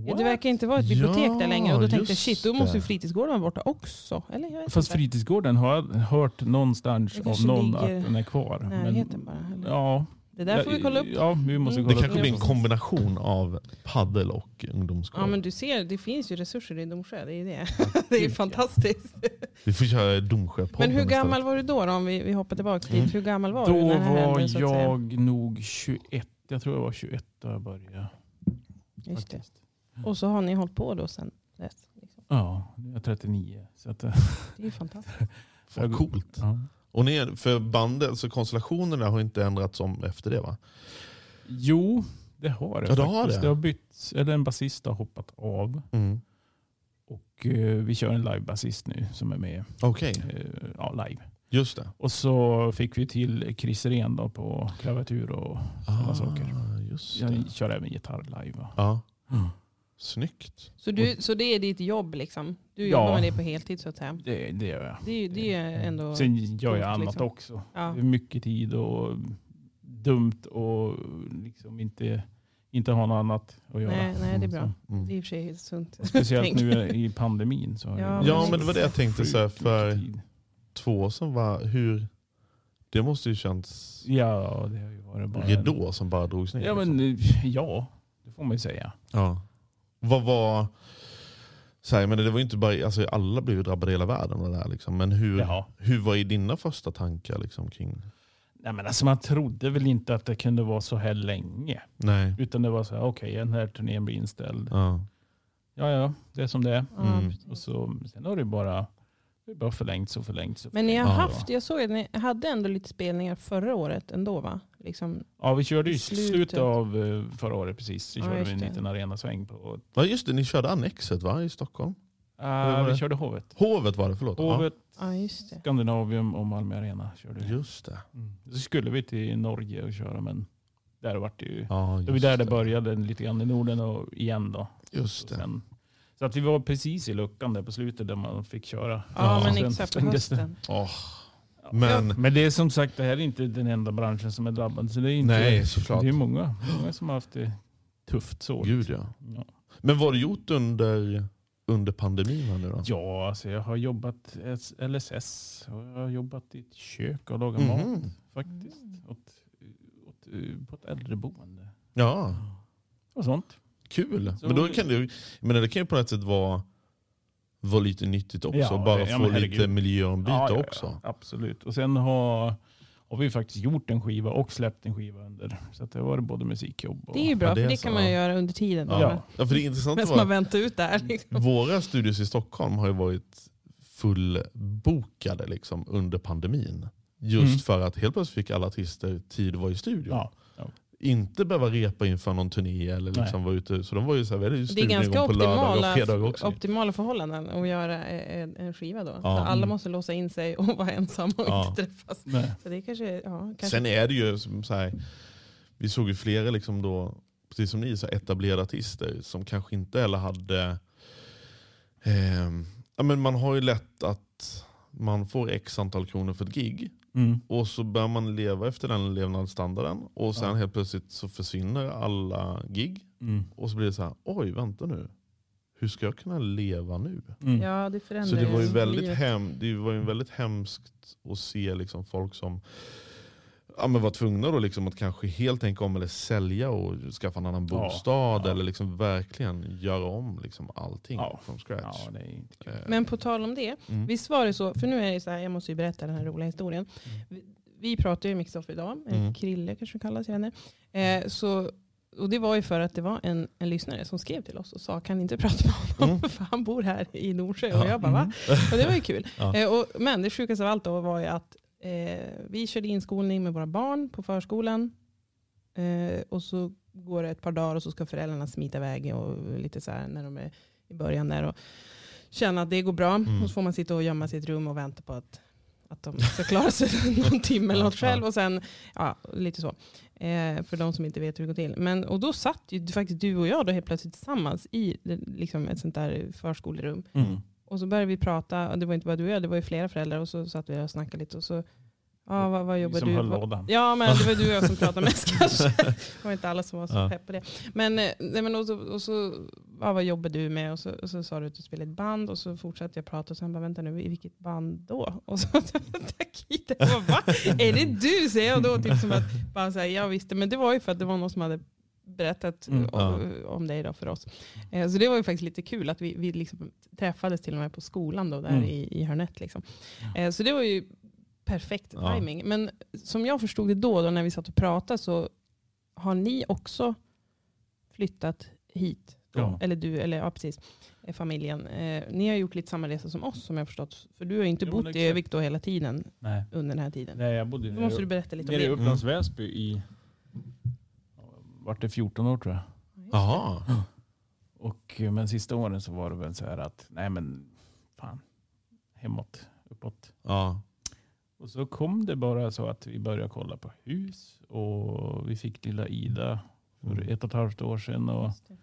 [SPEAKER 2] Ja, det verkar inte vara ett bibliotek
[SPEAKER 1] Ja,
[SPEAKER 2] där längre. Och då tänkte jag
[SPEAKER 1] just
[SPEAKER 2] shit, då måste ju
[SPEAKER 1] det.
[SPEAKER 2] fritidsgården vara borta också. Eller jag vet
[SPEAKER 4] Fast
[SPEAKER 2] inte.
[SPEAKER 4] fritidsgården har jag hört någonstans
[SPEAKER 2] Det
[SPEAKER 4] av
[SPEAKER 2] kanske
[SPEAKER 4] någon
[SPEAKER 2] ligger
[SPEAKER 4] att den är kvar. Men,
[SPEAKER 2] Närheten bara. Eller?
[SPEAKER 4] ja,
[SPEAKER 2] Det där får vi kolla upp.
[SPEAKER 4] Ja, vi måste
[SPEAKER 2] Mm.
[SPEAKER 4] kolla
[SPEAKER 1] Det
[SPEAKER 4] upp
[SPEAKER 1] kanske blir en
[SPEAKER 2] precis.
[SPEAKER 1] kombination av paddel och ungdomsgård.
[SPEAKER 2] Ja men du ser, det finns ju resurser i Domsjö. Det är ju det. [laughs] Det är ju fantastiskt.
[SPEAKER 1] Vi får köra Domsjöpodden
[SPEAKER 2] Men hur gammal
[SPEAKER 1] istället.
[SPEAKER 2] var du då? då om vi, vi hoppar tillbaka dit.
[SPEAKER 1] Mm.
[SPEAKER 2] Hur gammal var du
[SPEAKER 4] Då
[SPEAKER 2] när det hände?
[SPEAKER 4] var
[SPEAKER 2] så att säga?
[SPEAKER 4] jag nog 21. Jag tror jag var 21 då jag började.
[SPEAKER 2] Just det.
[SPEAKER 4] faktiskt.
[SPEAKER 2] Och så har ni hållit på då sen dess. Liksom.
[SPEAKER 4] Ja, nu är jag 39. Så att, eh,
[SPEAKER 2] Det är ju fantastiskt.
[SPEAKER 1] Vad coolt.
[SPEAKER 4] ja.
[SPEAKER 1] Och ni, är- för bandet, så konstellationerna har inte ändrats om efter det va?
[SPEAKER 4] Jo, det har det
[SPEAKER 1] Ja, det
[SPEAKER 4] faktiskt.
[SPEAKER 1] har det.
[SPEAKER 4] det har bytts, eller en basist har hoppat av.
[SPEAKER 1] Mm.
[SPEAKER 4] Och eh, vi kör en live-basist nu som är med
[SPEAKER 1] Okej,
[SPEAKER 4] eh, ja, live.
[SPEAKER 1] just det.
[SPEAKER 4] Och så fick vi till Chris Rehn då på klaviatur och sådana saker.
[SPEAKER 1] Ah, Just det.
[SPEAKER 4] Jag kör även gitarr live. va.
[SPEAKER 1] Ja. Snyggt.
[SPEAKER 2] Så, du, så det är ditt jobb liksom? Du
[SPEAKER 4] Ja.
[SPEAKER 2] jobbar med det på heltid så att säga?
[SPEAKER 4] Det, det gör jag.
[SPEAKER 2] Det är, ju- det är ändå...
[SPEAKER 4] Sen gör
[SPEAKER 2] coolt,
[SPEAKER 4] jag annat
[SPEAKER 2] liksom.
[SPEAKER 4] också.
[SPEAKER 2] Ja.
[SPEAKER 4] Det är mycket tid och dumt och liksom inte, inte ha något annat att göra.
[SPEAKER 2] Nej, nej, det är bra.
[SPEAKER 1] Mm.
[SPEAKER 2] Det är i och för sig helt sunt.
[SPEAKER 4] Speciellt
[SPEAKER 2] [laughs] tänk.
[SPEAKER 4] nu i Mm. pandemin. Så har
[SPEAKER 2] Ja,
[SPEAKER 4] jag-
[SPEAKER 1] Ja, men det var det jag tänkte så här,
[SPEAKER 4] Sjukt
[SPEAKER 1] för-
[SPEAKER 4] mycket tid.
[SPEAKER 1] Två år sedan, var, hur... Det måste ju känts
[SPEAKER 4] Ja, det har ju varit bara...
[SPEAKER 1] ridå som bara drogs ner.
[SPEAKER 4] Ja,
[SPEAKER 1] liksom.
[SPEAKER 4] men ja, det får man ju säga.
[SPEAKER 1] Ja. Vad var... Så här, men det var ju inte bara, alltså alla blev ju drabbade i hela världen av det där. Liksom. Men hur,
[SPEAKER 4] Jaha.
[SPEAKER 1] hur var i dina första tankar liksom, kring...
[SPEAKER 4] Nej, men alltså, man trodde väl inte att det kunde vara så här länge.
[SPEAKER 1] Nej.
[SPEAKER 4] Utan det var så här, okej, den här turnén blir inställd.
[SPEAKER 1] Ja.
[SPEAKER 4] Ja, ja, det är som det är.
[SPEAKER 2] Ja,
[SPEAKER 1] Mm.
[SPEAKER 2] precis.
[SPEAKER 4] Och så, sen har det ju bara, det är bara förlängts och förlängts. Och
[SPEAKER 2] Men ni har
[SPEAKER 1] Ja.
[SPEAKER 2] haft, jag såg att ni hade ändå lite spelningar förra året ändå va? Liksom,
[SPEAKER 4] Ja, vi körde ju
[SPEAKER 2] Slutet.
[SPEAKER 4] slutet, av eh, förra året precis. Så
[SPEAKER 2] Mm, typ. Ja,
[SPEAKER 4] körde
[SPEAKER 2] just
[SPEAKER 4] vi en
[SPEAKER 2] det.
[SPEAKER 4] liten arenasväng. På,
[SPEAKER 1] ja just det, ni körde Annexet va, i Stockholm? var
[SPEAKER 4] Ah,
[SPEAKER 1] det?
[SPEAKER 4] vi körde Hovet.
[SPEAKER 1] Hovet var det, förlåt.
[SPEAKER 4] Hovet,
[SPEAKER 2] ja just det.
[SPEAKER 4] Skandinavium och Malmö Arena körde
[SPEAKER 1] Ja.
[SPEAKER 4] vi.
[SPEAKER 1] Just det.
[SPEAKER 4] Mm. Så skulle vi till Norge och köra, men där var det ju...
[SPEAKER 1] Ja, just
[SPEAKER 4] Det var där det började lite grann i Norden och igen då.
[SPEAKER 1] Just
[SPEAKER 4] Och
[SPEAKER 1] det.
[SPEAKER 4] sen, så att vi var precis i luckan där på slutet där man fick köra.
[SPEAKER 2] Ja,
[SPEAKER 1] Ja.
[SPEAKER 2] men
[SPEAKER 4] Sen
[SPEAKER 2] exakt på
[SPEAKER 4] stängdes det.
[SPEAKER 2] hösten.
[SPEAKER 1] Men
[SPEAKER 4] Men det är som sagt, det här är inte den enda branschen som är drabbad. Så det är inte,
[SPEAKER 1] nej, såklart.
[SPEAKER 4] Det är många, många som har haft det tufft så.
[SPEAKER 1] Gud ja.
[SPEAKER 4] Ja.
[SPEAKER 1] Men vad har du gjort under, under pandemin här nu då?
[SPEAKER 4] Ja, alltså jag har jobbat S- LSS och jag har jobbat i ett kök och lagat mat
[SPEAKER 1] Mhm.
[SPEAKER 4] faktiskt.
[SPEAKER 2] Mm.
[SPEAKER 4] Åt, åt, eh, på ett äldreboende
[SPEAKER 1] Ja,
[SPEAKER 4] och sånt.
[SPEAKER 1] kul.
[SPEAKER 4] Så-
[SPEAKER 1] men då kan du, men det kan ju på något sätt vara, vara lite nyttigt också.
[SPEAKER 4] Ja,
[SPEAKER 1] bara
[SPEAKER 4] ja,
[SPEAKER 1] få
[SPEAKER 4] men herregud.
[SPEAKER 1] lite miljöombyte
[SPEAKER 4] Ja, ja, ja,
[SPEAKER 1] också.
[SPEAKER 4] Absolut. Och sen har, har vi faktiskt gjort en skiva och släppt en skiva under. Så att det har varit både musikjobb och...
[SPEAKER 2] Det är ju bra,
[SPEAKER 1] Ja, det är
[SPEAKER 2] för det
[SPEAKER 1] så,
[SPEAKER 2] kan man ju
[SPEAKER 1] ja.
[SPEAKER 2] göra under tiden. då,
[SPEAKER 4] Ja.
[SPEAKER 2] men-
[SPEAKER 1] Ja, för det är intressant att
[SPEAKER 2] Medan man
[SPEAKER 1] vara,
[SPEAKER 2] väntar ut där.
[SPEAKER 1] Mm.
[SPEAKER 2] Liksom.
[SPEAKER 1] våra studios i Stockholm har ju varit fullbokade liksom, under pandemin. Just
[SPEAKER 4] Mm.
[SPEAKER 1] för att helt plötsligt fick alla artister tid att vara i studion.
[SPEAKER 4] Ja.
[SPEAKER 1] Inte behöva repa inför någon turné. Eller liksom vara ute. Så de var ju så här, vi hade ju
[SPEAKER 2] Det är
[SPEAKER 1] studion
[SPEAKER 2] ganska
[SPEAKER 1] igång på lördagar och
[SPEAKER 2] optimala,
[SPEAKER 1] fredagar också.
[SPEAKER 2] optimala förhållanden att göra en, en skiva då.
[SPEAKER 1] Ja.
[SPEAKER 2] Så alla måste låsa in sig och vara ensamma och
[SPEAKER 1] Ja.
[SPEAKER 2] inte träffas.
[SPEAKER 4] Mm. Nej.
[SPEAKER 2] Så det kanske, är- ja, kanske
[SPEAKER 1] Sen är det ju som så här, vi såg ju flera, liksom då, precis som ni, så här etablerade artister som kanske inte heller hade... ehm, ja, men man har ju lätt att man får x antal kronor för ett gig
[SPEAKER 4] Mm.
[SPEAKER 1] och så börjar man leva efter den levnadsstandarden och sen
[SPEAKER 4] Ja.
[SPEAKER 1] helt plötsligt så försvinner alla gig
[SPEAKER 4] Mm.
[SPEAKER 1] och så blir det så här, oj vänta nu, hur ska jag kunna leva nu?
[SPEAKER 4] Mm.
[SPEAKER 2] Ja, det förändrar
[SPEAKER 1] Så det var ju väldigt,
[SPEAKER 2] livet.
[SPEAKER 1] hem, det var ju väldigt hemskt att se liksom folk som ja, men var tvungna då liksom att kanske helt tänka om eller sälja och skaffa en annan
[SPEAKER 4] Ja,
[SPEAKER 1] bostad.
[SPEAKER 4] ja.
[SPEAKER 1] Eller liksom verkligen göra om liksom allting
[SPEAKER 4] Ja,
[SPEAKER 1] från scratch.
[SPEAKER 4] Ja, det är inte kul.
[SPEAKER 1] Eh,
[SPEAKER 2] Men på tal om det,
[SPEAKER 1] Mm.
[SPEAKER 2] visst var det så, för nu är det ju så här, jag måste ju berätta den här roliga historien. Vi, vi pratade ju i Mix Off idag, eh,
[SPEAKER 1] Mm.
[SPEAKER 2] Krille kanske hon kallas, jag vet inte. Eh, så, och det var ju för att det var en, en lyssnare som skrev till oss och sa, kan ni inte prata med honom?
[SPEAKER 1] Mm.
[SPEAKER 2] [laughs] för han bor här i Norsjö.
[SPEAKER 1] Ja. Mm.
[SPEAKER 2] Och jag bara, va? Och det var ju kul.
[SPEAKER 1] Ja.
[SPEAKER 2] Eh, och, men det sjukaste av allt då var ju att eh, vi körde inskolning med våra barn på förskolan. Eh, och så går det ett par dagar och så ska föräldrarna smita iväg och lite så här när de är i början där och känna att det går bra.
[SPEAKER 1] Mm.
[SPEAKER 2] Och så får man sitta och gömma sig i ett rum och vänta på att, att de ska klara sig [laughs] någon timme eller något själv. Och sen, ja, lite så. Eh, för de som inte vet hur det går till. Men, och då satt ju faktiskt du och jag då helt plötsligt tillsammans i eh, liksom ett sånt där förskolerum.
[SPEAKER 4] [laughs] Mm.
[SPEAKER 2] Och så började vi prata, och det var inte bara du och jag, det var ju flera föräldrar. Och så satt vi och snackade lite. Och så, ja, vad, vad jobbar
[SPEAKER 1] liksom
[SPEAKER 4] Som
[SPEAKER 2] du
[SPEAKER 4] höll
[SPEAKER 2] Vad-
[SPEAKER 4] lådan.
[SPEAKER 2] Ja, men det var du och jag som pratade mest kanske. Det var inte alla som var så
[SPEAKER 1] Ja.
[SPEAKER 2] pepp på det. Men, eh, nej, men och så, och så ja, vad jobbar du med? Och så, och så sa du att du spelade ett band och så fortsatte jag prata och sen bara, vänta nu, i vilket band då? Och så [laughs] Takita, jag bara, va? Är det du? Säger jag då. Typ som att, bara så här, jag visste, men det var ju för att det var någon som hade berättat eh,
[SPEAKER 4] Mm,
[SPEAKER 2] om, om dig då för oss. Eh, Så det var ju faktiskt lite kul att vi, vi liksom träffades till och med på skolan då, där
[SPEAKER 4] Mm.
[SPEAKER 2] i, i Hörnet. Liksom. Eh, Så det var ju perfekt
[SPEAKER 1] Ja.
[SPEAKER 2] timing. Men som jag förstod det då, då när vi satt och pratade, så har ni också flyttat hit? Då?
[SPEAKER 4] Ja.
[SPEAKER 2] Eller du, eller ja, precis, eh, familjen. Eh, ni har gjort lite samma resa som oss som jag förstått. För du har ju inte
[SPEAKER 4] Jo, men
[SPEAKER 2] bott i
[SPEAKER 4] exakt.
[SPEAKER 2] Övik då hela tiden,
[SPEAKER 4] Nej.
[SPEAKER 2] under den här tiden.
[SPEAKER 4] Nej, jag bodde ju
[SPEAKER 2] Då
[SPEAKER 4] nere,
[SPEAKER 2] måste du berätta lite om
[SPEAKER 4] nere i
[SPEAKER 2] det.
[SPEAKER 4] Upplands
[SPEAKER 1] Mm.
[SPEAKER 4] Väsby i... ja, Vart det 14 år tror jag.
[SPEAKER 1] Jaha.
[SPEAKER 4] Och, eh, men sista åren så var det väl så här att, nej men fan, hemåt, uppåt.
[SPEAKER 1] Ja.
[SPEAKER 4] Och så kom det bara så att vi började kolla på hus och vi fick lilla Ida för
[SPEAKER 1] Mm.
[SPEAKER 4] ett och ett halvt år sedan. Och,
[SPEAKER 2] Just det.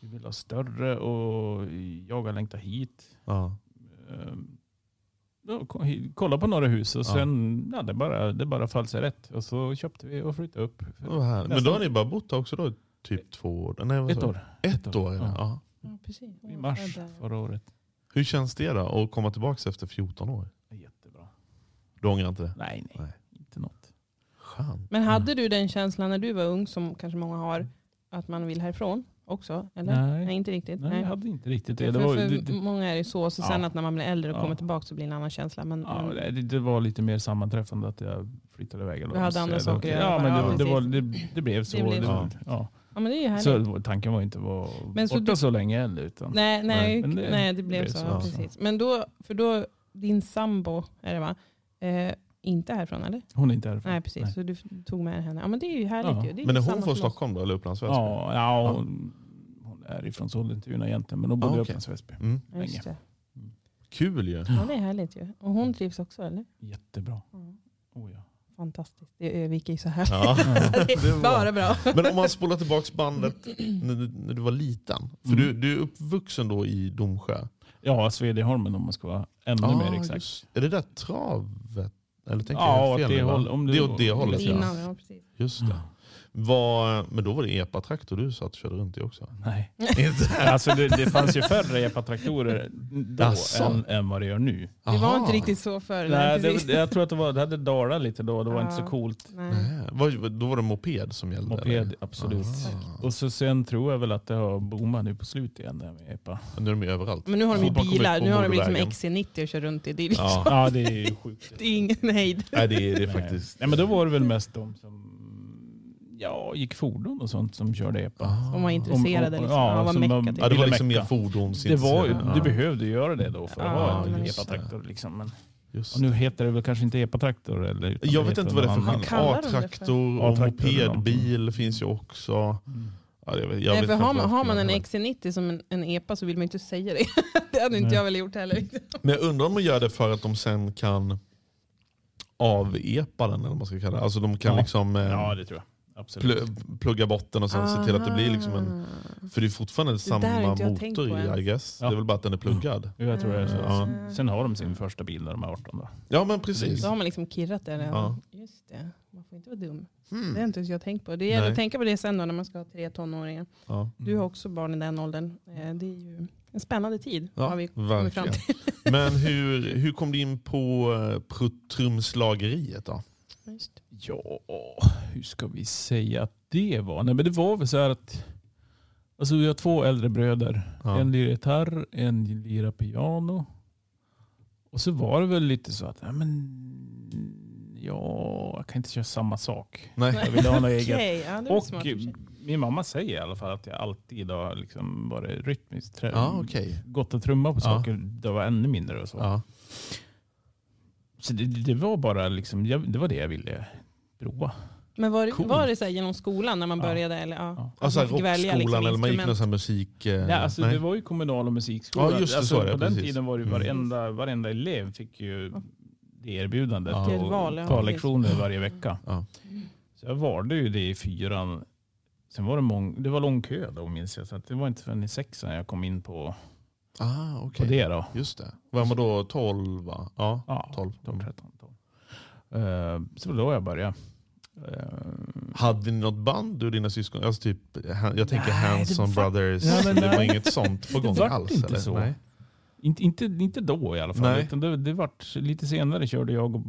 [SPEAKER 4] Vi vill ha större och jag har längtat hit.
[SPEAKER 1] Ja.
[SPEAKER 4] Ehm, då ko- hi- Kolla på några hus och
[SPEAKER 1] Ja.
[SPEAKER 4] sen ja, det bara, det bara föll sig rätt. Och så köpte vi och flyttade upp. för
[SPEAKER 1] Vad härligt. Men då
[SPEAKER 4] Nästan.
[SPEAKER 1] har ni bara bott där också då? Typ två år? Nej, vad
[SPEAKER 4] Ett
[SPEAKER 1] sa du?
[SPEAKER 4] år.
[SPEAKER 1] Ett år? ja.
[SPEAKER 4] Ja.
[SPEAKER 1] Ja.
[SPEAKER 2] Ja, precis.
[SPEAKER 4] I mars förra året.
[SPEAKER 1] Hur känns det då att komma tillbaka efter 14 år?
[SPEAKER 4] Jättebra.
[SPEAKER 1] Du ångrar inte det?
[SPEAKER 4] Nej, nej.
[SPEAKER 1] Nej.
[SPEAKER 4] Inte något.
[SPEAKER 1] Skönt.
[SPEAKER 2] Men hade du den känslan när du var ung, som kanske många har, att man vill härifrån också? Eller?
[SPEAKER 4] Nej.
[SPEAKER 2] inte riktigt.
[SPEAKER 4] Nej, jag hade inte riktigt det.
[SPEAKER 2] För,
[SPEAKER 4] Det var,
[SPEAKER 2] för
[SPEAKER 4] det, det,
[SPEAKER 2] många är det så, så
[SPEAKER 4] Ja.
[SPEAKER 2] sen att när man blir äldre och
[SPEAKER 4] Ja.
[SPEAKER 2] kommer tillbaka så blir det en annan känsla. Men,
[SPEAKER 4] ja,
[SPEAKER 2] men,
[SPEAKER 4] det, det var lite mer sammanträffande att jag flyttade iväg. eller
[SPEAKER 2] Du
[SPEAKER 4] vad
[SPEAKER 2] hade
[SPEAKER 4] man
[SPEAKER 2] andra
[SPEAKER 4] säger.
[SPEAKER 2] saker att
[SPEAKER 4] Ja,
[SPEAKER 2] göra.
[SPEAKER 4] men det,
[SPEAKER 2] Ja,
[SPEAKER 4] var- det, var,
[SPEAKER 2] precis.
[SPEAKER 4] det, det blev så.
[SPEAKER 2] Det blev
[SPEAKER 4] Det
[SPEAKER 1] så.
[SPEAKER 4] var- ja.
[SPEAKER 2] ja, men det är ju härligt.
[SPEAKER 4] Så vår tanken var inte att vara
[SPEAKER 2] Men så
[SPEAKER 4] borta
[SPEAKER 2] du-
[SPEAKER 4] så länge heller. Utan,
[SPEAKER 2] nej, nej,
[SPEAKER 4] Nej, men det-
[SPEAKER 2] nej, det blev så. ja,
[SPEAKER 1] så.
[SPEAKER 2] precis. Men då, för då, din sambo är det va? Eh, inte härifrån eller?
[SPEAKER 4] Hon är inte härifrån.
[SPEAKER 2] Nej precis, så du f- tog med henne. Ja men det är ju härligt
[SPEAKER 4] Ja.
[SPEAKER 2] ju. Det är
[SPEAKER 1] Mm. Men
[SPEAKER 2] ju
[SPEAKER 1] är hon
[SPEAKER 2] samma
[SPEAKER 1] från
[SPEAKER 2] som oss.
[SPEAKER 1] Stockholm då? Eller Upplands Väsby?
[SPEAKER 4] Ja, ja, hon, hon är ifrån Sollentuna egentligen, men hon bodde
[SPEAKER 1] Ah,
[SPEAKER 4] i
[SPEAKER 1] okej.
[SPEAKER 4] Upplands Väsby.
[SPEAKER 1] Mm.
[SPEAKER 2] Ja, just det.
[SPEAKER 4] [laughs]
[SPEAKER 1] Kul ju.
[SPEAKER 2] Ja det är härligt ju. Och hon trivs också eller?
[SPEAKER 4] Jättebra.
[SPEAKER 2] Ja.
[SPEAKER 4] Oh, ja.
[SPEAKER 2] Fantastiskt. Det är Ö-vik är ju
[SPEAKER 4] [laughs]
[SPEAKER 2] så här.
[SPEAKER 1] Ja. [laughs]
[SPEAKER 2] Det är bara bra.
[SPEAKER 1] Men om man spolar tillbaka bandet när du, när du var liten. För
[SPEAKER 4] Mm.
[SPEAKER 1] du, du är uppvuxen då i Domsjö.
[SPEAKER 4] ja, Svedjeholmen om man ska vara ännu
[SPEAKER 1] Ah,
[SPEAKER 4] mer exakt.
[SPEAKER 1] just. Är det där travet? Eller tänker
[SPEAKER 4] Ja,
[SPEAKER 1] jag
[SPEAKER 4] åt
[SPEAKER 1] helt fel?
[SPEAKER 4] det
[SPEAKER 1] nu, va?
[SPEAKER 4] håll- om du-
[SPEAKER 1] det är åt det
[SPEAKER 4] om du-
[SPEAKER 1] hållet ja.
[SPEAKER 2] Innan, ja, precis.
[SPEAKER 1] Just det. Var, men då var det epatraktor du satt och körde runt i också?
[SPEAKER 2] [laughs]
[SPEAKER 4] Nej.
[SPEAKER 1] Inte?
[SPEAKER 4] Alltså, det, det fanns ju färre epatraktorer då
[SPEAKER 1] Jaså?
[SPEAKER 4] än, än vad det gör nu.
[SPEAKER 2] Det var
[SPEAKER 1] Aha.
[SPEAKER 2] inte riktigt så förr.
[SPEAKER 4] Nej,
[SPEAKER 2] Nej,
[SPEAKER 4] det,
[SPEAKER 2] precis.
[SPEAKER 4] det- jag tror att det, var, det hade dalat lite då, det var inte så
[SPEAKER 2] Ja.
[SPEAKER 4] coolt.
[SPEAKER 2] Nej.
[SPEAKER 1] Nej, vad- Då var det moped som gällde?
[SPEAKER 4] Moped, absolut.
[SPEAKER 1] Aha.
[SPEAKER 4] Och så sen tror jag väl att det har boomat nu på slutet igen, det här med epa.
[SPEAKER 1] Men Nu är de ju överallt.
[SPEAKER 2] Men nu har de ju
[SPEAKER 1] Fotboll kommer
[SPEAKER 2] bilar.
[SPEAKER 1] ut på
[SPEAKER 2] Nu har de liksom
[SPEAKER 1] motorvägen.
[SPEAKER 2] XC90 och kör runt i. Det är, liksom,
[SPEAKER 1] Ja.
[SPEAKER 4] Ja, det är ju sjukt.
[SPEAKER 2] [laughs] det är ingen hejd.
[SPEAKER 1] Nej, det är det är
[SPEAKER 4] Nej.
[SPEAKER 1] faktiskt.
[SPEAKER 4] Nej, men då var det väl mest de som ja, gick fordon och sånt som körde epa.
[SPEAKER 1] Ah.
[SPEAKER 2] Om man är intresserad.
[SPEAKER 4] Om- om-
[SPEAKER 2] Liksom.
[SPEAKER 4] ja,
[SPEAKER 2] Ja, vad
[SPEAKER 4] som
[SPEAKER 2] meckat
[SPEAKER 4] de-
[SPEAKER 2] det
[SPEAKER 1] Ja,
[SPEAKER 2] är.
[SPEAKER 1] det var
[SPEAKER 4] ville
[SPEAKER 1] liksom mer
[SPEAKER 4] mecka. Det
[SPEAKER 1] fordonsintresserad.
[SPEAKER 4] var, ju- du
[SPEAKER 1] ja.
[SPEAKER 4] behövde göra det då för att
[SPEAKER 2] Ja,
[SPEAKER 4] ha en
[SPEAKER 2] men-
[SPEAKER 4] epatraktor. Liksom. Men,
[SPEAKER 1] Just
[SPEAKER 4] och nu heter det väl kanske inte epatraktor? Eller, utan
[SPEAKER 1] Jag
[SPEAKER 4] det
[SPEAKER 1] vet
[SPEAKER 4] heter
[SPEAKER 1] inte vad det är för
[SPEAKER 4] något annat.
[SPEAKER 2] skillnad. kallar de det för?
[SPEAKER 1] A-traktor och
[SPEAKER 4] A-traktor eller
[SPEAKER 1] moped,
[SPEAKER 4] något.
[SPEAKER 1] bil finns ju också. Ja, jag vet, jag
[SPEAKER 2] Nej,
[SPEAKER 1] vet
[SPEAKER 2] för
[SPEAKER 1] inte
[SPEAKER 2] har,
[SPEAKER 1] vad
[SPEAKER 2] man,
[SPEAKER 1] det är
[SPEAKER 2] har
[SPEAKER 1] för
[SPEAKER 2] man en
[SPEAKER 1] skillnad.
[SPEAKER 2] XC90 som en, en EPA så vill man ju inte säga det. [laughs] det hade inte
[SPEAKER 4] Nej.
[SPEAKER 2] jag väl gjort heller.
[SPEAKER 1] Men jag undrar om de gör det för att de sen kan avepa den, eller vad man ska kalla det. Alltså de kan
[SPEAKER 4] Ja.
[SPEAKER 1] liksom eh,
[SPEAKER 4] Ja, det tror jag. Absolut.
[SPEAKER 1] pl- plugga bort den och sen se till att det blir liksom en...
[SPEAKER 2] Ah.
[SPEAKER 1] För det är fortfarande
[SPEAKER 2] där har
[SPEAKER 1] samma
[SPEAKER 2] inte jag tänkt
[SPEAKER 1] motor
[SPEAKER 2] på
[SPEAKER 1] i,
[SPEAKER 2] ens.
[SPEAKER 1] I guess.
[SPEAKER 4] Ja.
[SPEAKER 1] Det är väl bara att den är pluggad.
[SPEAKER 4] Jo, Jag tror det är så.
[SPEAKER 1] Ja.
[SPEAKER 4] Sen- Sen har de sin första bil när de är 18. Då.
[SPEAKER 1] Ja men precis.
[SPEAKER 2] Så har man liksom kirrat det. redan.
[SPEAKER 1] Ja.
[SPEAKER 2] Just det, man får inte vara dum. Det har
[SPEAKER 1] Mm.
[SPEAKER 2] inte ens jag tänkt på. Det gäller
[SPEAKER 1] Nej.
[SPEAKER 2] att tänka på det sen då när man ska ha tre tonåringar.
[SPEAKER 1] Ja.
[SPEAKER 2] Du
[SPEAKER 4] Mm.
[SPEAKER 2] har också barn i den åldern. Eh, Det är ju en spännande tid.
[SPEAKER 1] Ja,
[SPEAKER 2] har vi kommit fram
[SPEAKER 1] verkligen.
[SPEAKER 2] till. [laughs]
[SPEAKER 1] Men hur, hur kom du in på eh, Prut- trumslageriet då?
[SPEAKER 2] Just.
[SPEAKER 4] Ja, hur ska vi säga att det var? Nej, men det var väl så här att alltså, vi har två äldre bröder.
[SPEAKER 1] Ja.
[SPEAKER 4] En lirar gitarr, en lirar piano. Och så var det väl lite så att, nej, men, ja, jag kan inte köra samma sak.
[SPEAKER 1] Nej.
[SPEAKER 4] Jag ville
[SPEAKER 2] [laughs]
[SPEAKER 4] ha något eget.
[SPEAKER 2] Okej, ja, det var
[SPEAKER 4] Och
[SPEAKER 2] smart. i och för sig.
[SPEAKER 4] min mamma säger i alla fall att jag alltid har liksom varit rytmiskt trä-
[SPEAKER 1] Ja okej.
[SPEAKER 4] gått att trumma på
[SPEAKER 1] Ja.
[SPEAKER 4] saker. Det var ännu mindre och så.
[SPEAKER 1] Ja.
[SPEAKER 4] Så det, det var bara liksom, jag, det var det jag ville prova.
[SPEAKER 2] Men var, det-
[SPEAKER 4] Coolt.
[SPEAKER 2] var det så här genom skolan när man
[SPEAKER 4] Ja.
[SPEAKER 2] började? Eller, ja.
[SPEAKER 4] Ja.
[SPEAKER 1] Alltså
[SPEAKER 2] Man fick
[SPEAKER 1] rockskolan
[SPEAKER 2] välja liksom
[SPEAKER 1] eller man gick
[SPEAKER 2] instrument.
[SPEAKER 1] någon sån här musik... eh,
[SPEAKER 4] Nej, alltså,
[SPEAKER 1] nej.
[SPEAKER 4] det var ju kommunal och musikskola.
[SPEAKER 1] Ja, just det,
[SPEAKER 4] alltså,
[SPEAKER 1] så är det,
[SPEAKER 4] på den
[SPEAKER 1] precis.
[SPEAKER 4] tiden var det ju
[SPEAKER 1] Mm.
[SPEAKER 4] varenda, varenda elev fick ju det erbjudandet
[SPEAKER 1] Ja.
[SPEAKER 4] att
[SPEAKER 2] Till val, ja,
[SPEAKER 4] ta
[SPEAKER 2] precis.
[SPEAKER 4] lektioner varje vecka.
[SPEAKER 1] Ja.
[SPEAKER 4] Så jag valde ju det i fyran. Sen var det, mång, det var lång kö då minns jag, så att det var inte förrän i sexan jag kom in på,
[SPEAKER 1] Ah,
[SPEAKER 4] på
[SPEAKER 1] okej.
[SPEAKER 4] det. Då.
[SPEAKER 1] Just det. Var man då 12 va? Ja,
[SPEAKER 4] Ja,
[SPEAKER 1] 12.
[SPEAKER 4] 12, 13, 12. Eh, så då jag började. Eh,
[SPEAKER 1] Hade ni något band du och dina syskon? Alltså typ, ha- jag tänker
[SPEAKER 4] Nej,
[SPEAKER 1] Hanson
[SPEAKER 4] det var-
[SPEAKER 1] Brothers.
[SPEAKER 4] Ja, men
[SPEAKER 1] det var
[SPEAKER 4] nej.
[SPEAKER 1] inget sånt på
[SPEAKER 4] Det
[SPEAKER 1] gång
[SPEAKER 4] vart
[SPEAKER 1] alls?
[SPEAKER 4] inte
[SPEAKER 1] eller?
[SPEAKER 4] så.
[SPEAKER 1] Nej.
[SPEAKER 4] Inte, inte, inte då i alla fall.
[SPEAKER 1] Nej.
[SPEAKER 4] Utan det, det vart, lite senare körde jag och-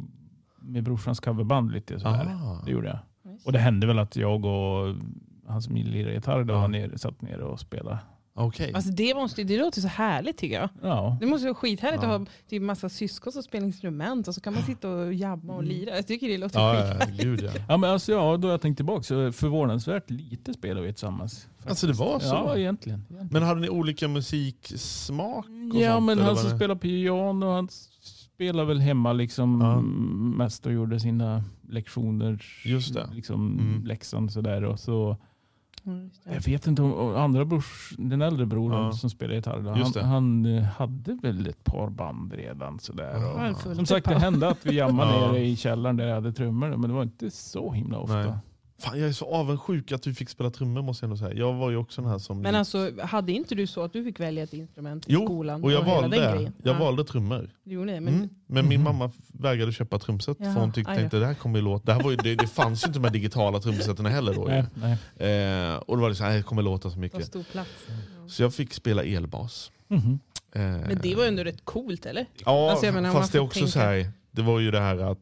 [SPEAKER 4] med brorsans coverband lite sådär.
[SPEAKER 1] Ah.
[SPEAKER 4] Det gjorde jag.
[SPEAKER 2] Just.
[SPEAKER 4] Och det hände väl att jag och han som lirade gitarr då
[SPEAKER 1] Ja.
[SPEAKER 4] var nere, satt ner och spelade.
[SPEAKER 1] Okej.
[SPEAKER 2] Alltså det, måste, ju- det låter så härligt tycker jag.
[SPEAKER 4] Ja.
[SPEAKER 2] Det måste vara skithärligt
[SPEAKER 1] Ja.
[SPEAKER 2] att ha typ massa syskon som spelar instrument och så kan man sitta och jabba
[SPEAKER 1] Mm.
[SPEAKER 2] och lira. Jag tycker det låter
[SPEAKER 1] Ja, ja, ja,
[SPEAKER 4] [laughs]
[SPEAKER 2] skithärligt.
[SPEAKER 1] gud ja.
[SPEAKER 4] Ja, men alltså, ja, då jag tänkte tillbaka så förvånansvärt lite spelade vi tillsammans.
[SPEAKER 1] Alltså det var så?
[SPEAKER 4] Ja, egentligen. egentligen.
[SPEAKER 1] Men hade ni olika musiksmak? Och
[SPEAKER 4] ja,
[SPEAKER 1] sånt,
[SPEAKER 4] men
[SPEAKER 1] eller
[SPEAKER 4] han
[SPEAKER 1] var
[SPEAKER 4] som
[SPEAKER 1] det-
[SPEAKER 4] spelar piano, han spelar väl hemma liksom
[SPEAKER 1] Ja.
[SPEAKER 4] mest och gjorde sina lektioner.
[SPEAKER 1] Just det.
[SPEAKER 4] Liksom
[SPEAKER 1] Mm.
[SPEAKER 4] läxan sådär. Och så,
[SPEAKER 2] Mm, just det.
[SPEAKER 4] Jag vet inte om och andra brors, den äldre brodern
[SPEAKER 1] Ja.
[SPEAKER 4] som spelar gitarr, då,
[SPEAKER 1] Just
[SPEAKER 4] han,
[SPEAKER 1] det.
[SPEAKER 4] han eh, hade väl ett par band redan sådär.
[SPEAKER 1] Ja.
[SPEAKER 4] Och,
[SPEAKER 2] Ja, fullt
[SPEAKER 4] som sagt, det
[SPEAKER 2] upp.
[SPEAKER 4] hände att vi jammade
[SPEAKER 1] Ah. Ja.
[SPEAKER 4] nere i källaren där jag hade trummor, men det var inte så himla ofta.
[SPEAKER 1] Nej. Fan, jag är så avundsjuk att du fick spela trummor måste jag ändå säga. Jag var ju också den här som...
[SPEAKER 2] Men alltså, hade inte du så att du fick välja ett instrument i
[SPEAKER 1] Jo,
[SPEAKER 2] skolan?
[SPEAKER 1] och jag
[SPEAKER 2] hela den
[SPEAKER 1] valde,
[SPEAKER 2] grejen?
[SPEAKER 1] jag
[SPEAKER 2] Ja,
[SPEAKER 1] valde trummor.
[SPEAKER 2] du gjorde det, men
[SPEAKER 1] Mm. Men min
[SPEAKER 4] Mhm.
[SPEAKER 1] mamma vägrade köpa trumset för
[SPEAKER 2] Jaha,
[SPEAKER 1] hon tyckte
[SPEAKER 2] aj då.
[SPEAKER 1] inte det här kommer ju låta. Det, här var ju, det, det fanns ju inte de här digitala trumseten heller då. ju.
[SPEAKER 4] Nej, nej.
[SPEAKER 1] Eh, och då var det så här, det kommer låta så
[SPEAKER 2] det var
[SPEAKER 1] mycket.
[SPEAKER 2] stor plats. Ja.
[SPEAKER 1] Så jag fick spela elbas.
[SPEAKER 4] Mhm.
[SPEAKER 1] Eh,
[SPEAKER 2] Men det var ju ändå rätt coolt eller?
[SPEAKER 1] Ja,
[SPEAKER 2] Alltså, jag menar, om man
[SPEAKER 1] fast det är
[SPEAKER 2] får
[SPEAKER 1] också
[SPEAKER 2] tänka-
[SPEAKER 1] så här, det var ju det här att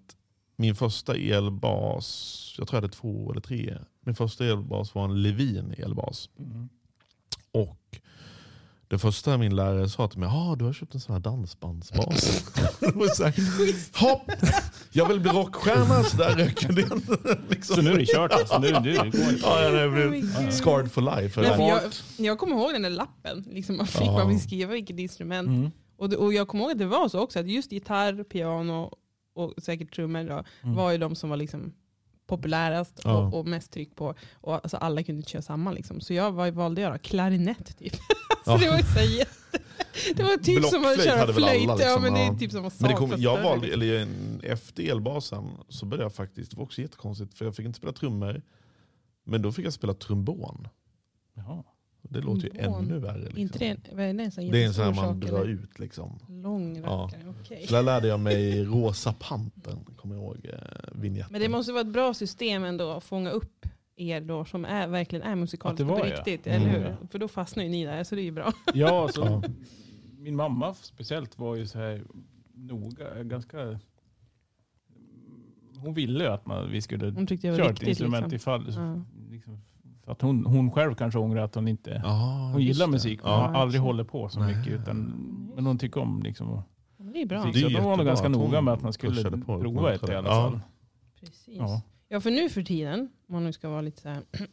[SPEAKER 1] min första elbas, jag tror jag hade två eller tre, min första elbas var en Levin elbas.
[SPEAKER 4] Mm.
[SPEAKER 1] Och det första min lärare sa till mig, ah, du har köpt en sån här
[SPEAKER 2] [laughs]
[SPEAKER 1] dansbandsbas. Det var så här, Hopp! Jag vill bli rockstjärna, så där röker den. [laughs] liksom.
[SPEAKER 4] Så nu är det kört alltså. Nu, nu, det går inte.
[SPEAKER 1] Ja, ja, jag
[SPEAKER 2] Oh my
[SPEAKER 1] blev
[SPEAKER 2] God.
[SPEAKER 1] scarred for life.
[SPEAKER 2] Nej, för
[SPEAKER 1] Ja.
[SPEAKER 2] jag, jag kommer ihåg den där lappen, liksom man fick
[SPEAKER 1] Ja.
[SPEAKER 2] man fick skriva vilket instrument.
[SPEAKER 4] Mm.
[SPEAKER 2] Och, det, och jag kommer ihåg att det var så också, att just gitarr, piano och säkert trummor då,
[SPEAKER 4] Mm.
[SPEAKER 2] var ju de som var liksom populärast
[SPEAKER 1] Ja.
[SPEAKER 2] och, och mest tryck på. Och alltså alla kunde inte köra samma. Liksom. Så jag var, valde jag då, klarinett typ. [laughs] så
[SPEAKER 1] Ja.
[SPEAKER 2] det var ju så här jätte... Det var typ som att
[SPEAKER 1] Blockflöjt
[SPEAKER 2] köra
[SPEAKER 1] hade väl alla,
[SPEAKER 2] flöjt. ja,
[SPEAKER 1] liksom,
[SPEAKER 2] men det
[SPEAKER 1] ja.
[SPEAKER 2] är typ som att
[SPEAKER 1] Men det
[SPEAKER 2] sax,
[SPEAKER 1] kom,
[SPEAKER 2] fast
[SPEAKER 1] jag
[SPEAKER 2] större,
[SPEAKER 1] valde,
[SPEAKER 2] liksom.
[SPEAKER 1] eller en- efter elbasen så började jag faktiskt, det var också jättekonstigt för jag fick inte spela trummor. Men då fick jag spela trombon.
[SPEAKER 4] Jaha.
[SPEAKER 1] Det låter ju
[SPEAKER 2] Trombon.
[SPEAKER 1] ännu värre. Liksom.
[SPEAKER 2] Inte det, en- vad är det en sån
[SPEAKER 1] det är en sån här
[SPEAKER 2] jättestor
[SPEAKER 1] man
[SPEAKER 2] sak,
[SPEAKER 1] drar
[SPEAKER 2] eller?
[SPEAKER 1] ut liksom.
[SPEAKER 2] Lång
[SPEAKER 1] Ja.
[SPEAKER 2] rackare, okej.
[SPEAKER 1] Så där lärde jag mig Rosa Panten, kommer jag ihåg eh, vignetten.
[SPEAKER 2] Men det måste vara ett bra system ändå att fånga upp er då som är, verkligen är musikaliska
[SPEAKER 4] Att det
[SPEAKER 2] på
[SPEAKER 4] var, ja.
[SPEAKER 2] riktigt.
[SPEAKER 1] Mm.
[SPEAKER 2] Eller hur? För då fastnar ju ni där, så det är ju bra.
[SPEAKER 4] Ja, alltså,
[SPEAKER 1] Ja.
[SPEAKER 4] min mamma speciellt var ju så här noga, ganska... Hon ville ju att man, vi skulle
[SPEAKER 2] Hon tyckte jag Mm, var
[SPEAKER 4] köra ett
[SPEAKER 2] viktigt.
[SPEAKER 4] instrument
[SPEAKER 2] Liksom.
[SPEAKER 4] ifall...
[SPEAKER 2] Ja.
[SPEAKER 4] Liksom, för att hon, hon själv kanske ångrar att hon inte...
[SPEAKER 1] Ja,
[SPEAKER 4] Hon
[SPEAKER 1] just
[SPEAKER 4] gillar
[SPEAKER 1] det.
[SPEAKER 4] musik men
[SPEAKER 1] Ja.
[SPEAKER 4] hon har aldrig håller på så
[SPEAKER 1] Nej.
[SPEAKER 4] mycket. Utan, men hon tycker om liksom, att-
[SPEAKER 2] Men Det är bra.
[SPEAKER 4] musik.
[SPEAKER 1] Det är
[SPEAKER 4] Så de var
[SPEAKER 1] jättebra
[SPEAKER 4] nog ganska
[SPEAKER 1] att
[SPEAKER 4] noga
[SPEAKER 1] hon
[SPEAKER 4] med att man
[SPEAKER 1] pushade
[SPEAKER 4] skulle
[SPEAKER 1] på och
[SPEAKER 4] prova ett i alla
[SPEAKER 1] Ja.
[SPEAKER 4] fall.
[SPEAKER 2] Precis.
[SPEAKER 4] Ja.
[SPEAKER 2] Ja. för nu för tiden, om man nu ska vara lite så här, [clears throat]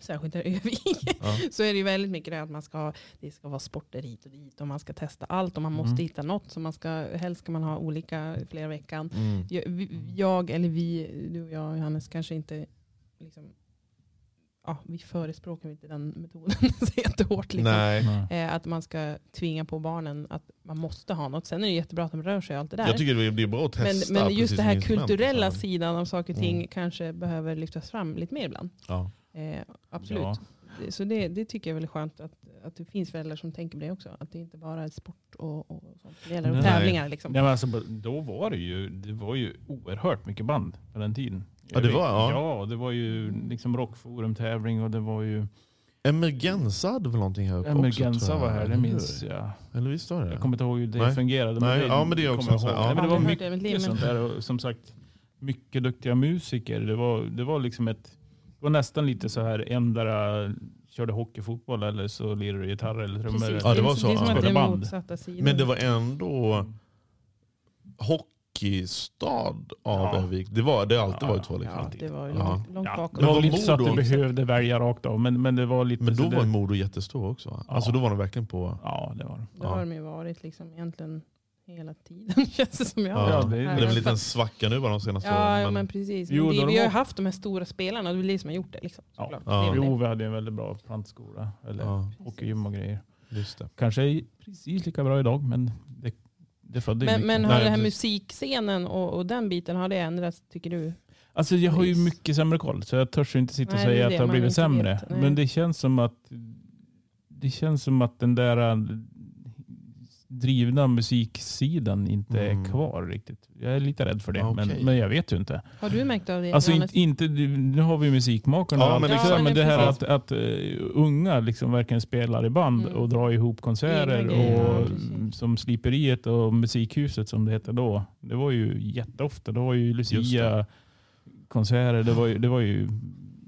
[SPEAKER 2] särskilt där Ö-vik,
[SPEAKER 1] Ja.
[SPEAKER 2] [clears throat] så är det ju väldigt mycket det här att man ska, det ska vara sporter hit och dit och man ska testa allt och man måste
[SPEAKER 4] Mm.
[SPEAKER 2] hitta något. Så man ska, helst ska man ha olika flera i veckan. [laughs]
[SPEAKER 1] Mm.
[SPEAKER 2] jag, vi- jag eller vi, du och jag Johannes, kanske inte liksom, ja, vi förespråkar inte den metoden [laughs] så jättehårt. Liksom.
[SPEAKER 1] Nej.
[SPEAKER 4] Nej.
[SPEAKER 2] Eh, att man ska tvinga på barnen att man måste ha något. Sen är det jättebra att de rör sig och allt det där.
[SPEAKER 1] Jag tycker det är- det är bra att
[SPEAKER 2] men,
[SPEAKER 1] testa.
[SPEAKER 2] men just
[SPEAKER 1] precis liksom.
[SPEAKER 2] det här
[SPEAKER 1] med instrument.
[SPEAKER 2] kulturella
[SPEAKER 1] Ja.
[SPEAKER 2] sidan av saker och ting
[SPEAKER 1] alltså. Mm.
[SPEAKER 2] kanske behöver lyftas fram lite mer ibland.
[SPEAKER 1] Ja.
[SPEAKER 2] Eh, absolut.
[SPEAKER 4] Ja.
[SPEAKER 2] Så det, det tycker jag är väldigt skönt att, att det finns föräldrar som tänker på det också. Att det inte bara är sport och, och sånt. Det gäller
[SPEAKER 4] Nej.
[SPEAKER 2] och tävlingar. Liksom.
[SPEAKER 4] Nej, men alltså, då var det, ju, det var ju oerhört mycket band på den tiden.
[SPEAKER 1] Ja, det var, ja.
[SPEAKER 4] ja, det var ju liksom rockforumtävling och det var ju...
[SPEAKER 1] Emergensa hade väl någonting här uppe också?
[SPEAKER 4] Emergenza
[SPEAKER 1] tror jag.
[SPEAKER 4] var här, det
[SPEAKER 1] Eller
[SPEAKER 4] minns
[SPEAKER 1] hur?
[SPEAKER 4] jag.
[SPEAKER 1] Eller visst var det?
[SPEAKER 4] Jag kommer inte ihåg hur det
[SPEAKER 1] Nej.
[SPEAKER 4] fungerade.
[SPEAKER 1] Nej, ja, men det är
[SPEAKER 4] kommer
[SPEAKER 1] också
[SPEAKER 4] jag
[SPEAKER 1] en sån här-
[SPEAKER 4] ihåg. Nej,
[SPEAKER 1] ja.
[SPEAKER 4] men det var
[SPEAKER 2] Aldrig hört det i mitt liv,
[SPEAKER 4] mycket
[SPEAKER 2] men-
[SPEAKER 4] sånt där. Och som sagt, mycket duktiga musiker. Det var, det var liksom ett... Det var nästan lite så här, endera körde hockey, fotboll eller så lirade du gitarr eller trummor.
[SPEAKER 2] Precis.
[SPEAKER 1] Ja,
[SPEAKER 4] eller-
[SPEAKER 1] det var
[SPEAKER 2] är-
[SPEAKER 1] så,
[SPEAKER 2] Det är som
[SPEAKER 1] ja.
[SPEAKER 2] att det är
[SPEAKER 4] Band.
[SPEAKER 2] motsatta sidor.
[SPEAKER 1] Men det var ändå hockeystad av
[SPEAKER 4] Ja.
[SPEAKER 1] Ö-vik. Det var det har alltid
[SPEAKER 4] Ja,
[SPEAKER 1] varit så. Liksom.
[SPEAKER 2] Ja, det var ju
[SPEAKER 1] Ja.
[SPEAKER 2] långt, långt
[SPEAKER 4] Ja,
[SPEAKER 2] bakom.
[SPEAKER 4] det var
[SPEAKER 1] Men
[SPEAKER 4] väl inte så att
[SPEAKER 1] Modo
[SPEAKER 4] du
[SPEAKER 1] också.
[SPEAKER 4] behövde välja rakt av, men, men det var lite...
[SPEAKER 1] Men
[SPEAKER 4] så
[SPEAKER 1] då
[SPEAKER 4] det-
[SPEAKER 1] var ju Modo jättestor också. va?
[SPEAKER 4] Ja.
[SPEAKER 1] Alltså då var de verkligen på...
[SPEAKER 4] Ja, det var det.
[SPEAKER 2] Då har de ju varit liksom egentligen hela tiden [laughs] känns det som. Jag
[SPEAKER 1] Ja.
[SPEAKER 2] har varit
[SPEAKER 4] det är-
[SPEAKER 2] här.
[SPEAKER 1] Det är väl en liten svacka nu bara de senaste
[SPEAKER 2] Ja, ja
[SPEAKER 1] åren.
[SPEAKER 2] men
[SPEAKER 1] Men,
[SPEAKER 2] precis.
[SPEAKER 4] Jo,
[SPEAKER 2] men
[SPEAKER 4] då
[SPEAKER 2] vi,
[SPEAKER 4] de
[SPEAKER 2] vi har ju
[SPEAKER 4] var-
[SPEAKER 2] haft de här stora spelarna och det är det som har gjort det. Liksom,
[SPEAKER 4] Ja.
[SPEAKER 2] såklart.
[SPEAKER 1] Ja.
[SPEAKER 2] Det är väl det.
[SPEAKER 4] Jo, vi hade ju en väldigt bra plantskola. Eller
[SPEAKER 1] ja,
[SPEAKER 4] hockeygym och grejer.
[SPEAKER 1] just det.
[SPEAKER 4] Kanske är precis lika bra idag, men det, det födde ju
[SPEAKER 2] Men,
[SPEAKER 4] mycket.
[SPEAKER 2] men
[SPEAKER 1] Nej,
[SPEAKER 2] har den här
[SPEAKER 1] precis.
[SPEAKER 2] musikscenen och, och den biten, har det ändrats tycker du?
[SPEAKER 4] Alltså jag har ju
[SPEAKER 2] Precis.
[SPEAKER 4] mycket sämre koll, så jag törs ju inte sitta och
[SPEAKER 2] Nej, det är
[SPEAKER 4] säga att
[SPEAKER 2] det
[SPEAKER 4] det har
[SPEAKER 2] man
[SPEAKER 4] blivit
[SPEAKER 2] inte
[SPEAKER 4] sämre.
[SPEAKER 2] vet. Nej.
[SPEAKER 4] men det känns som att det känns som att den där eh, drivna musiksidan inte
[SPEAKER 1] Mm.
[SPEAKER 4] är kvar riktigt. Jag är lite rädd för det,
[SPEAKER 1] Ja, okej.
[SPEAKER 4] men, men jag vet ju inte.
[SPEAKER 2] Har du märkt av det?
[SPEAKER 4] Alltså
[SPEAKER 2] Johannes?
[SPEAKER 4] inte, inte, nu har vi ju musikmakarna
[SPEAKER 1] Ja,
[SPEAKER 4] och allt
[SPEAKER 1] men liksom,
[SPEAKER 4] det där,
[SPEAKER 1] exakt.
[SPEAKER 4] men det här
[SPEAKER 2] precis.
[SPEAKER 4] att, att eh, unga liksom verkligen spelar i band
[SPEAKER 2] Mm.
[SPEAKER 4] och drar ihop konserter
[SPEAKER 2] Egna
[SPEAKER 1] grejer, ja,
[SPEAKER 4] och
[SPEAKER 2] precis.
[SPEAKER 4] som Sliperiet och Musikhuset som det hette då. Det var ju jätteofta. Det var ju
[SPEAKER 1] det.
[SPEAKER 4] Lucia-konserter. Det. var ju, det var ju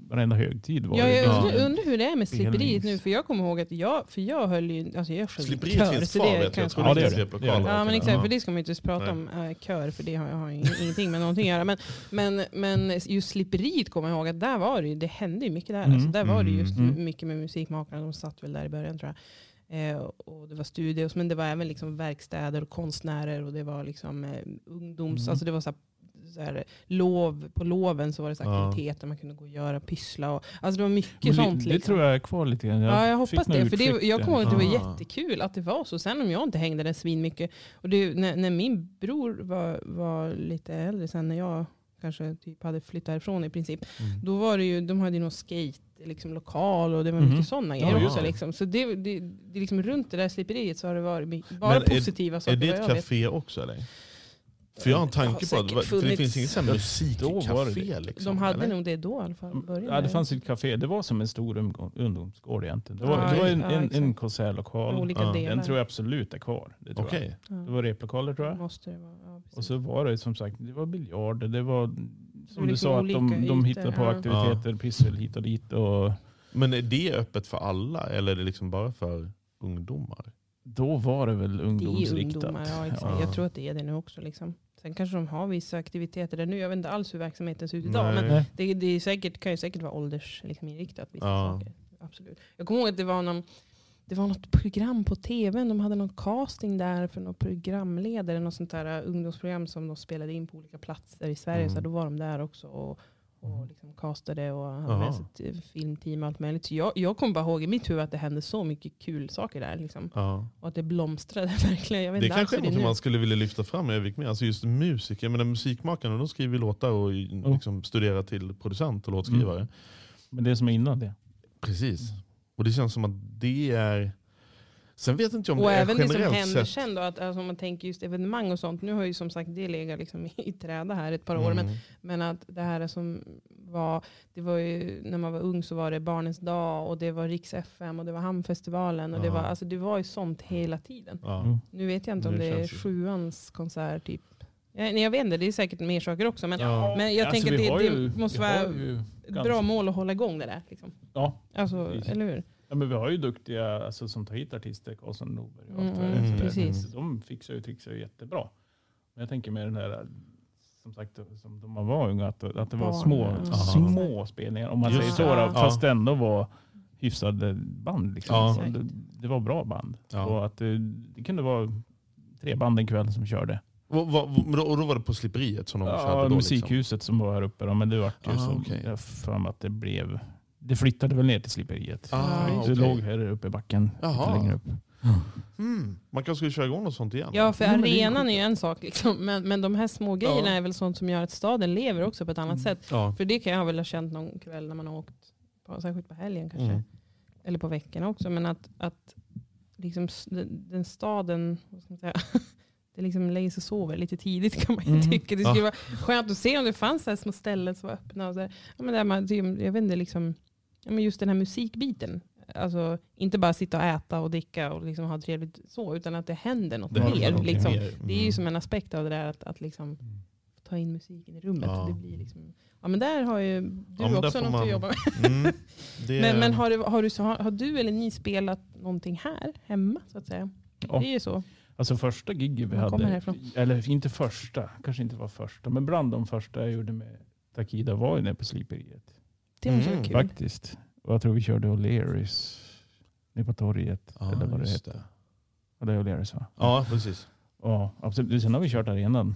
[SPEAKER 4] varenda högtid. Var
[SPEAKER 2] Ja,
[SPEAKER 4] det.
[SPEAKER 2] jag
[SPEAKER 1] Ja.
[SPEAKER 2] undrar, undrar hur det är med
[SPEAKER 4] Det är hela
[SPEAKER 2] slipperiet nu,
[SPEAKER 4] minst.
[SPEAKER 2] för jag kommer ihåg att jag, för jag höll ju, alltså jag sjöng i
[SPEAKER 1] Slipperiet
[SPEAKER 2] kör.
[SPEAKER 1] finns
[SPEAKER 2] så
[SPEAKER 1] kvar
[SPEAKER 2] det
[SPEAKER 1] vet jag.
[SPEAKER 2] kan
[SPEAKER 1] Jag tror
[SPEAKER 4] Ja,
[SPEAKER 1] det
[SPEAKER 4] det
[SPEAKER 1] finns
[SPEAKER 4] gör det.
[SPEAKER 1] replokaler.
[SPEAKER 2] Ja
[SPEAKER 1] och
[SPEAKER 2] men exakt,
[SPEAKER 1] sådär.
[SPEAKER 2] för det ska man ju inte prata
[SPEAKER 1] Nej.
[SPEAKER 2] om eh, kör för det har, har ju [laughs] ingenting med någonting att göra. Men, men, men just slipperiet kommer jag ihåg att där var det ju, det hände ju mycket där.
[SPEAKER 4] Mm.
[SPEAKER 2] Alltså, där var det just
[SPEAKER 4] Mm.
[SPEAKER 2] mycket med musikmakarna, de satt väl där i början tror jag. Eh, och det var studios, men det var även liksom verkstäder och konstnärer och det var liksom eh, ungdoms,
[SPEAKER 4] Mm.
[SPEAKER 2] alltså det var så här, så här, lov, på loven så var det så här
[SPEAKER 1] Ja.
[SPEAKER 2] aktiviteter man kunde gå och göra, pyssla och, alltså det var mycket
[SPEAKER 4] Men
[SPEAKER 2] sånt.
[SPEAKER 4] det, det
[SPEAKER 2] liksom.
[SPEAKER 4] tror jag är kvar lite grann.
[SPEAKER 2] Ja, jag
[SPEAKER 4] fick
[SPEAKER 2] hoppas
[SPEAKER 4] någon
[SPEAKER 2] det. För det,
[SPEAKER 4] ursäkt
[SPEAKER 2] jag
[SPEAKER 4] där.
[SPEAKER 2] kommer ihåg att det var
[SPEAKER 1] Ah.
[SPEAKER 2] jättekul att det var så. Sen om jag inte hängde där svinmycket. Och det, när, när min bror var, var lite äldre, sen när jag kanske typ hade flyttat ifrån i princip.
[SPEAKER 1] Mm.
[SPEAKER 2] Då var det ju, de hade ju någon skate liksom lokal och det var
[SPEAKER 4] Mhm.
[SPEAKER 2] mycket sådana
[SPEAKER 1] Ja,
[SPEAKER 2] grejer
[SPEAKER 1] ja.
[SPEAKER 2] också. Liksom. Så det, det, det är liksom runt det där sliperiet så har det varit my- bara
[SPEAKER 1] Men är-
[SPEAKER 2] positiva
[SPEAKER 1] Är
[SPEAKER 2] saker.
[SPEAKER 1] det
[SPEAKER 2] vad jag
[SPEAKER 1] ett
[SPEAKER 2] vet.
[SPEAKER 1] café också eller? För jag har en tanke på
[SPEAKER 2] Har
[SPEAKER 1] att
[SPEAKER 2] säkert
[SPEAKER 1] för det
[SPEAKER 2] funnits.
[SPEAKER 1] finns inget sånt här
[SPEAKER 4] Ja, då var det
[SPEAKER 1] musikcafé
[SPEAKER 4] det.
[SPEAKER 1] liksom.
[SPEAKER 2] de hade
[SPEAKER 1] eller?
[SPEAKER 2] nog det då i alla fall. i början
[SPEAKER 4] Mm. Ja, det
[SPEAKER 2] där.
[SPEAKER 4] fanns ett café. Det var som en stor umgå- ungdomsgård egentligen. Det var,
[SPEAKER 1] Ja,
[SPEAKER 4] det var en,
[SPEAKER 2] ja,
[SPEAKER 4] en,
[SPEAKER 2] exakt.
[SPEAKER 4] en
[SPEAKER 2] Med
[SPEAKER 4] konsertlokal.
[SPEAKER 2] olika
[SPEAKER 1] Ja, den
[SPEAKER 2] delar.
[SPEAKER 4] Den tror jag absolut är kvar. Det, tror
[SPEAKER 1] Okej.
[SPEAKER 4] jag. det var replokaler tror jag.
[SPEAKER 2] Måste det vara. Ja, precis.
[SPEAKER 4] Och så var det som sagt, det var biljarder, det var som du
[SPEAKER 2] liksom
[SPEAKER 4] sa, att de,
[SPEAKER 2] olika
[SPEAKER 4] de
[SPEAKER 2] ytor,
[SPEAKER 4] hittade på
[SPEAKER 2] ja.
[SPEAKER 4] aktiviteter, pyssel hit och dit. Och
[SPEAKER 1] Men är det öppet för alla eller är det liksom bara för ungdomar?
[SPEAKER 4] då var det väl
[SPEAKER 2] det är ju
[SPEAKER 4] ungdomsriktat.
[SPEAKER 2] ungdomar, ja, exakt.
[SPEAKER 1] Ja.
[SPEAKER 2] Jag tror att det är det nu också. Liksom. Sen kanske de har vissa aktiviteter där nu. Jag vet inte alls hur verksamheten ser ut idag. Men
[SPEAKER 1] Nej.
[SPEAKER 2] det, det är säkert, kan ju säkert vara åldersinriktat. Liksom, inriktat, vissa
[SPEAKER 1] Ja.
[SPEAKER 2] saker. Absolut. Jag kommer ihåg att det var, någon, det var något program på tv. De hade någon casting där för någon programledare. Något sånt där äh, ungdomsprogram som de spelade in på olika platser i Sverige.
[SPEAKER 1] Mm.
[SPEAKER 2] Så då var de där också. Och, och liksom castade och hade
[SPEAKER 1] Jaha.
[SPEAKER 2] med sig ett eh, filmteam och allt möjligt. Så jag, jag kommer bara ihåg i mitt huvud att det hände så mycket kul saker där. Liksom.
[SPEAKER 1] Ja.
[SPEAKER 2] Och att det blomstrade [laughs] verkligen. Jag vet
[SPEAKER 1] Det
[SPEAKER 2] inte
[SPEAKER 1] kanske är
[SPEAKER 2] alls hur
[SPEAKER 1] något
[SPEAKER 2] det
[SPEAKER 1] man
[SPEAKER 2] nu.
[SPEAKER 1] skulle vilja lyfta fram i Övik med. Alltså just musik. Jag menar musikmakarna de skriver ju låtar och i-
[SPEAKER 4] Ja. Mm.
[SPEAKER 1] liksom studerar till producent och låtskrivare.
[SPEAKER 4] Men det som är innan det.
[SPEAKER 1] Precis. Och det känns som att det är... Sen vet inte jag om
[SPEAKER 2] Och
[SPEAKER 1] det är
[SPEAKER 2] även det som
[SPEAKER 1] generellt
[SPEAKER 2] händer
[SPEAKER 1] sett.
[SPEAKER 2] sen då, att, alltså, om man tänker just evenemang och sånt. Nu har ju som sagt det legat liksom i, i träda här ett par år. Men,
[SPEAKER 1] Mm.
[SPEAKER 2] men att det här som var, det var ju, när man var ung så var det Barnens dag och det var Riks FM och det var Hamnfestivalen. Och det,
[SPEAKER 1] Ja.
[SPEAKER 2] var, alltså, det var ju sånt hela tiden.
[SPEAKER 1] Ja.
[SPEAKER 4] Mm.
[SPEAKER 2] Nu vet jag inte om
[SPEAKER 1] Nu
[SPEAKER 2] det är
[SPEAKER 1] känns det-
[SPEAKER 2] sjuans konsert typ. Jag, jag vet inte, det är säkert mer saker också. Men,
[SPEAKER 1] Ja.
[SPEAKER 2] men jag
[SPEAKER 4] Alltså,
[SPEAKER 2] tänker
[SPEAKER 4] vi har
[SPEAKER 2] att det,
[SPEAKER 4] ju-
[SPEAKER 2] det måste
[SPEAKER 4] vi har
[SPEAKER 2] vara
[SPEAKER 4] ju
[SPEAKER 2] ett
[SPEAKER 4] ganska-
[SPEAKER 2] bra mål att hålla igång det där. Liksom.
[SPEAKER 4] Ja,
[SPEAKER 2] Alltså,
[SPEAKER 4] Precis.
[SPEAKER 2] eller hur?
[SPEAKER 4] Ja, men vi har ju duktiga alltså, som tar hit artister, Karlsson Norberg och allt
[SPEAKER 2] Mm,
[SPEAKER 4] vad det är.
[SPEAKER 1] mm,
[SPEAKER 4] Så det-
[SPEAKER 2] precis.
[SPEAKER 4] De fixar ju trixar ju jättebra. Men jag tänker med den här, som sagt, som de var unga, att, att det var
[SPEAKER 2] Barn,
[SPEAKER 4] små,
[SPEAKER 2] ja.
[SPEAKER 4] små spelningar, om man
[SPEAKER 1] Just
[SPEAKER 4] säger så,
[SPEAKER 2] det.
[SPEAKER 4] då, fast det ändå var hyfsade band. Liksom.
[SPEAKER 1] Ja.
[SPEAKER 4] Så Det,
[SPEAKER 2] Exakt.
[SPEAKER 4] det var bra band.
[SPEAKER 1] Ja.
[SPEAKER 4] Och att det, det kunde vara tre band en kväll som körde.
[SPEAKER 1] Och, vad- och då- och då var det på slipperiet som de
[SPEAKER 4] Ja,
[SPEAKER 1] körde då? liksom.
[SPEAKER 4] musikhuset som var här uppe, då, men det var ju
[SPEAKER 1] Ah,
[SPEAKER 4] som,
[SPEAKER 1] okej.
[SPEAKER 4] jag har för mig att det blev, det flyttade väl ner till sliperiet.
[SPEAKER 1] Ah,
[SPEAKER 4] det
[SPEAKER 1] okej.
[SPEAKER 4] låg här uppe i backen,
[SPEAKER 1] Jaha.
[SPEAKER 4] lite längre upp.
[SPEAKER 1] Liksom. Mm. Man kanske skulle köra igång något sånt igen?
[SPEAKER 2] Ja, för
[SPEAKER 4] Jo, men det är ju
[SPEAKER 2] arenan är ju en sak, liksom. men, men de här små grejerna är väl sånt som gör att staden lever också på ett
[SPEAKER 4] Mm.
[SPEAKER 2] annat sätt.
[SPEAKER 1] Ja.
[SPEAKER 2] För det kan jag väl ha känt någon kväll när man har åkt, på, särskilt på helgen kanske,
[SPEAKER 1] Mm.
[SPEAKER 2] eller på veckorna också, men att, att liksom, s- den, den staden, vad ska man säga, [laughs] det liksom lägger sig och sover lite tidigt kan man ju
[SPEAKER 4] Mm.
[SPEAKER 2] tycka. Det skulle vara skönt att se om det fanns så här små ställen som var öppna. Och så här. Ja, men där man, det- jag vet inte, liksom, ja, men just den här musikbiten. Alltså, inte bara sitta och äta och dricka och liksom ha trevligt så, utan att det händer något
[SPEAKER 1] Det händer
[SPEAKER 2] mer.
[SPEAKER 1] någonting
[SPEAKER 2] Liksom.
[SPEAKER 1] mer. Mm.
[SPEAKER 2] Det är ju som en aspekt av det där att, att liksom
[SPEAKER 4] Mm.
[SPEAKER 2] ta in musiken i rummet.
[SPEAKER 1] Ja.
[SPEAKER 2] Det blir liksom, ja, men där har ju du
[SPEAKER 1] Ja, men där
[SPEAKER 2] också
[SPEAKER 1] får
[SPEAKER 2] något
[SPEAKER 1] man-
[SPEAKER 2] att jobba med.
[SPEAKER 1] Mm. Det,
[SPEAKER 2] Men, men har, du, har, du, har, har du eller ni spelat någonting här hemma? så att säga?
[SPEAKER 4] Ja.
[SPEAKER 2] Det är ju så.
[SPEAKER 4] Alltså första giget vi
[SPEAKER 2] Man kommer
[SPEAKER 4] hade,
[SPEAKER 2] härifrån.
[SPEAKER 4] eller inte första, kanske inte var första, men bland de första jag gjorde med Takida var ju nere på sliperiet.
[SPEAKER 2] Det måste
[SPEAKER 1] Mm.
[SPEAKER 2] vara kul.
[SPEAKER 4] Faktiskt. Och jag tror vi körde O'Learys nere på torget.
[SPEAKER 1] Ja,
[SPEAKER 4] eller vad det
[SPEAKER 1] just
[SPEAKER 4] heter. Ja, det är O'Learys va?
[SPEAKER 1] Ja, precis.
[SPEAKER 4] Ja, absolut. Sen har vi kört arenan.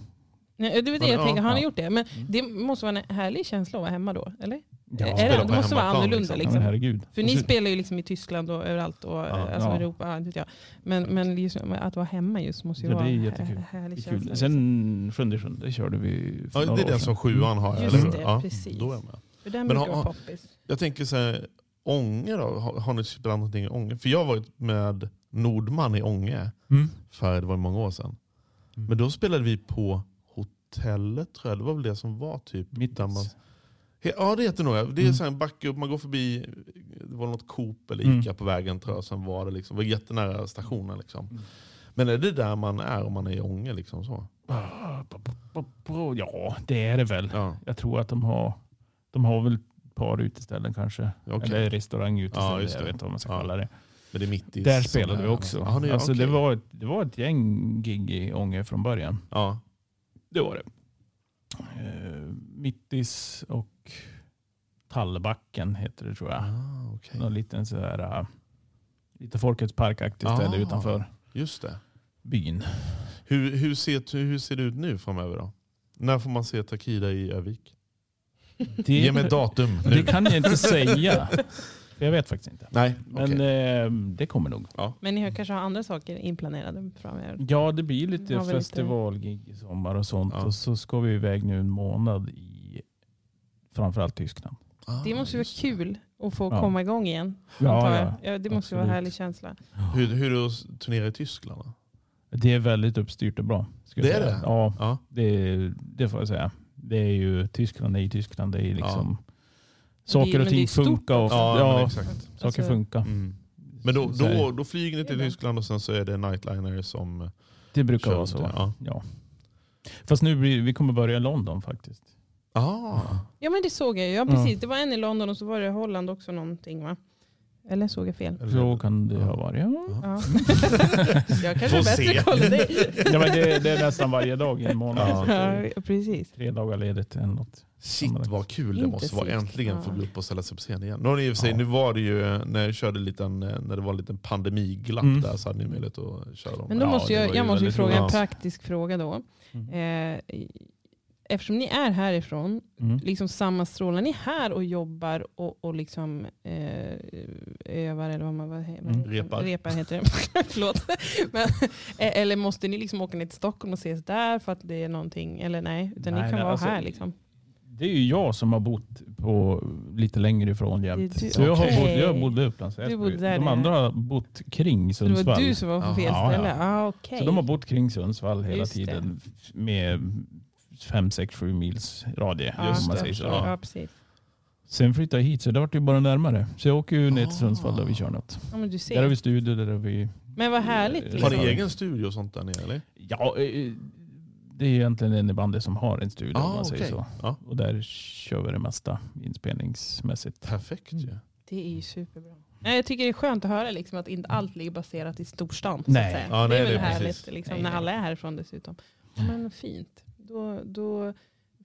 [SPEAKER 2] Nej, det var det jag
[SPEAKER 1] Ja,
[SPEAKER 2] tänker, har ni
[SPEAKER 4] ja. Mm.
[SPEAKER 2] gjort det? Men det måste vara en härlig känsla att vara hemma då, eller?
[SPEAKER 4] Ja,
[SPEAKER 2] Är
[SPEAKER 1] spela
[SPEAKER 2] det,
[SPEAKER 1] på
[SPEAKER 2] det måste vara
[SPEAKER 1] hemmaplan, liksom.
[SPEAKER 2] annorlunda.
[SPEAKER 4] ja, men
[SPEAKER 2] Liksom.
[SPEAKER 4] herregud.
[SPEAKER 2] För
[SPEAKER 4] Och
[SPEAKER 2] ni
[SPEAKER 4] så-
[SPEAKER 2] spelar ju liksom i Tyskland och överallt, och, eh, alltså
[SPEAKER 4] Ja.
[SPEAKER 2] Europa, inte vet jag. Men, men just att vara hemma just måste ju
[SPEAKER 4] Ja, det
[SPEAKER 2] vara
[SPEAKER 4] är
[SPEAKER 2] en
[SPEAKER 4] jättekul.
[SPEAKER 2] här- härlig
[SPEAKER 4] det är kul.
[SPEAKER 2] känsla. liksom.
[SPEAKER 4] Sen sjunde sjunde körde vi för
[SPEAKER 1] Ja, det
[SPEAKER 4] några
[SPEAKER 1] är
[SPEAKER 4] år
[SPEAKER 1] den
[SPEAKER 4] sedan.
[SPEAKER 1] som sjuan har,
[SPEAKER 2] Just
[SPEAKER 1] eller hur?
[SPEAKER 2] det,
[SPEAKER 1] ja,
[SPEAKER 2] precis.
[SPEAKER 1] Då är jag med.
[SPEAKER 2] För
[SPEAKER 1] Men
[SPEAKER 2] den brukar
[SPEAKER 1] har-
[SPEAKER 2] vara poppis.
[SPEAKER 1] Jag tänker så här, Ånge då? Har, har ni spelat någonting i Ånge? För jag har varit med Nordman i Ånge
[SPEAKER 4] Mm.
[SPEAKER 1] för det var många år sedan.
[SPEAKER 4] Mm.
[SPEAKER 1] Men då spelade vi på hotellet tror jag. Det var väl det som var typ.
[SPEAKER 4] Mitt
[SPEAKER 1] där man- He- Ja det heter nog ja. Det är
[SPEAKER 4] Mm.
[SPEAKER 1] så här en backe upp, man går förbi, det var något Coop eller
[SPEAKER 4] Mm.
[SPEAKER 1] Ica på vägen tror jag. Sen var det liksom, var jättenära stationen liksom.
[SPEAKER 4] Mm.
[SPEAKER 1] Men är det där man är om man är i Ånge liksom så?
[SPEAKER 4] Ja, det är det väl.
[SPEAKER 1] Ja.
[SPEAKER 4] Jag tror att de har, de har väl ett par uteställen kanske.
[SPEAKER 1] Okej.
[SPEAKER 4] Eller restauranguteställen,
[SPEAKER 1] Ja, just
[SPEAKER 4] jag
[SPEAKER 1] det.
[SPEAKER 4] vet inte vad man ska
[SPEAKER 1] Ja.
[SPEAKER 4] kalla det.
[SPEAKER 1] Men det är mitt i
[SPEAKER 4] Där
[SPEAKER 1] sån
[SPEAKER 4] spelade
[SPEAKER 1] här-
[SPEAKER 4] vi också.
[SPEAKER 1] Ja, ni,
[SPEAKER 4] alltså, det,
[SPEAKER 1] okej.
[SPEAKER 4] var ett, det var ett gäng gig i Ånge från början.
[SPEAKER 1] Ja.
[SPEAKER 4] Det var det. Eh, Mittis och Tallbacken heter det tror jag.
[SPEAKER 1] Ah, okej.
[SPEAKER 4] Någon liten sådär, eh, lite Folkets parkaktigt
[SPEAKER 1] Ah.
[SPEAKER 4] ställe utanför
[SPEAKER 1] Just det. [laughs]
[SPEAKER 4] byn.
[SPEAKER 1] Hur, hur, ser, hur ser det ut nu framöver då? När får man se Takida i Övik?
[SPEAKER 4] Det,
[SPEAKER 1] Ge mig ett datum nu.
[SPEAKER 4] det kan jag inte säga. För Jag vet faktiskt inte.
[SPEAKER 1] Nej,
[SPEAKER 4] Men
[SPEAKER 1] okej.
[SPEAKER 4] eh, det kommer nog.
[SPEAKER 2] Men ni har, kanske har andra saker inplanerade
[SPEAKER 1] Mm.
[SPEAKER 2] framöver?
[SPEAKER 4] Ja, det blir
[SPEAKER 2] Har
[SPEAKER 4] lite
[SPEAKER 2] vi lite-
[SPEAKER 4] festivalgig i sommar och sånt.
[SPEAKER 1] Ja.
[SPEAKER 4] Och så ska vi iväg nu en månad i Framförallt Tyskland.
[SPEAKER 2] Det måste vara
[SPEAKER 1] just det.
[SPEAKER 2] kul att få
[SPEAKER 4] Ja.
[SPEAKER 2] komma igång igen. antar
[SPEAKER 4] Ja,
[SPEAKER 2] jag.
[SPEAKER 4] ja.
[SPEAKER 2] Ja, det måste vara en
[SPEAKER 4] absolut.
[SPEAKER 2] härlig känsla.
[SPEAKER 1] Hur, hur är det att turnera i Tyskland? Då?
[SPEAKER 4] Det är väldigt uppstyrt och bra. ska jag
[SPEAKER 1] Det är
[SPEAKER 4] säga.
[SPEAKER 1] det?
[SPEAKER 4] Ja,
[SPEAKER 1] Ja.
[SPEAKER 4] det, det får jag säga. Det är ju Tyskland, det är ju Tyskland. Det är liksom
[SPEAKER 2] Men
[SPEAKER 4] Saker
[SPEAKER 2] det-
[SPEAKER 4] och
[SPEAKER 2] men det är
[SPEAKER 4] ting
[SPEAKER 2] stort
[SPEAKER 4] funkar. Och,
[SPEAKER 2] också.
[SPEAKER 1] Ja,
[SPEAKER 4] ja,
[SPEAKER 1] men exakt.
[SPEAKER 4] saker
[SPEAKER 2] Alltså,
[SPEAKER 4] funkar.
[SPEAKER 1] Mm. Men då,
[SPEAKER 4] Så
[SPEAKER 1] då,
[SPEAKER 4] här,
[SPEAKER 1] då flyger ni till Tyskland och sen så är det nightliner som eh,
[SPEAKER 4] det brukar
[SPEAKER 1] kör
[SPEAKER 4] vara
[SPEAKER 1] åt
[SPEAKER 4] så.
[SPEAKER 1] det. Ja.
[SPEAKER 4] Ja. Fast nu blir, vi kommer börja i London faktiskt.
[SPEAKER 1] Ah.
[SPEAKER 2] Ja men det såg jag ju. Ja,
[SPEAKER 4] Ja.
[SPEAKER 2] precis. Det var en i London och så var det Holland också någonting va? Eller såg jag fel?
[SPEAKER 4] Så kan det ha varit. Ja.
[SPEAKER 2] Ja. jag kanske
[SPEAKER 1] Får
[SPEAKER 2] har
[SPEAKER 1] se.
[SPEAKER 2] bättre koll än dig.
[SPEAKER 4] Ja, men det, det är nästan varje dag i en månad.
[SPEAKER 1] Ja.
[SPEAKER 4] Så det är
[SPEAKER 2] Ja, precis.
[SPEAKER 4] tre dagar ledigt eller något.
[SPEAKER 1] Shit vad kul det måste vara.
[SPEAKER 2] Intensivt.
[SPEAKER 1] Äntligen
[SPEAKER 2] Ja.
[SPEAKER 1] få bli upp och ställa sig på scen igen. Nu, har ni i och för sig,
[SPEAKER 4] Ja.
[SPEAKER 1] nu var det ju eh, när jag körde liten, eh, när det var en liten pandemiglapp
[SPEAKER 4] Mm.
[SPEAKER 1] där så hade ni möjlighet att köra dem.
[SPEAKER 2] Men då
[SPEAKER 4] Ja,
[SPEAKER 2] måste
[SPEAKER 4] det
[SPEAKER 2] jag,
[SPEAKER 4] var
[SPEAKER 2] jag
[SPEAKER 4] ju
[SPEAKER 2] måste ju
[SPEAKER 4] väldigt
[SPEAKER 2] fråga en
[SPEAKER 1] roligt.
[SPEAKER 2] praktisk fråga då. Eh, eftersom ni är härifrån,
[SPEAKER 4] Mm.
[SPEAKER 2] liksom sammanstrålar ni här och jobbar och, och liksom eh, övar eller vad man vad, he- vad
[SPEAKER 4] Mm.
[SPEAKER 2] heter det?
[SPEAKER 1] Repar.
[SPEAKER 2] repar heter det. [laughs] Förlåt. Men, eh, eller måste ni liksom åka ner till Stockholm och ses där för att det är någonting? Eller nej, utan ni
[SPEAKER 4] Nej,
[SPEAKER 2] kan
[SPEAKER 4] nej,
[SPEAKER 2] vara
[SPEAKER 4] alltså,
[SPEAKER 2] här liksom.
[SPEAKER 4] Det är ju jag som har bott på lite längre ifrån jämt.
[SPEAKER 2] Det är du.
[SPEAKER 4] Så jag, har
[SPEAKER 2] Okej.
[SPEAKER 4] bott, jag bodde i Upplands
[SPEAKER 2] Du bodde där,
[SPEAKER 4] De
[SPEAKER 2] det är.
[SPEAKER 4] andra har bott kring
[SPEAKER 2] Så det
[SPEAKER 4] Sundsvall.
[SPEAKER 2] var du som var på
[SPEAKER 1] Jaha,
[SPEAKER 2] fel
[SPEAKER 4] ja.
[SPEAKER 2] ställe? Ah, okej.
[SPEAKER 4] Så de har bott kring Sundsvall hela
[SPEAKER 2] Just det.
[SPEAKER 4] tiden med fem, sex, sju mils radie.
[SPEAKER 2] Ja,
[SPEAKER 4] om man säger så.
[SPEAKER 2] ja, precis.
[SPEAKER 4] Sen flyttade jag hit så det vart ju bara närmare. Så jag åker ju ner till Sundsvall där vi kör något.
[SPEAKER 2] Ja, men, du
[SPEAKER 4] Där har
[SPEAKER 2] ser.
[SPEAKER 4] vi studio, där har vi...
[SPEAKER 2] men vad härligt.
[SPEAKER 4] Har
[SPEAKER 1] Har
[SPEAKER 2] Liksom.
[SPEAKER 1] ni
[SPEAKER 4] Ja.
[SPEAKER 1] egen studio och sånt där nere eller?
[SPEAKER 4] Ja, eh, det är ju egentligen en bandy som har en studio om
[SPEAKER 1] Ah,
[SPEAKER 4] man säger
[SPEAKER 1] okej.
[SPEAKER 4] så.
[SPEAKER 1] Ja.
[SPEAKER 4] Och där kör vi det mesta inspelningsmässigt.
[SPEAKER 1] Perfekt ju.
[SPEAKER 4] Mm.
[SPEAKER 2] Det är ju superbra. Nej, jag tycker det är skönt att höra liksom, att inte allt ligger baserat i storstan.
[SPEAKER 4] Nej.
[SPEAKER 2] Så att säga.
[SPEAKER 1] Ja,
[SPEAKER 2] det är
[SPEAKER 1] nej,
[SPEAKER 2] väl
[SPEAKER 1] det är
[SPEAKER 2] härligt
[SPEAKER 1] precis.
[SPEAKER 2] liksom,
[SPEAKER 4] Nej,
[SPEAKER 2] när
[SPEAKER 4] nej. Mm.
[SPEAKER 2] alla är härifrån dessutom. Ja, Men fint. Då, då,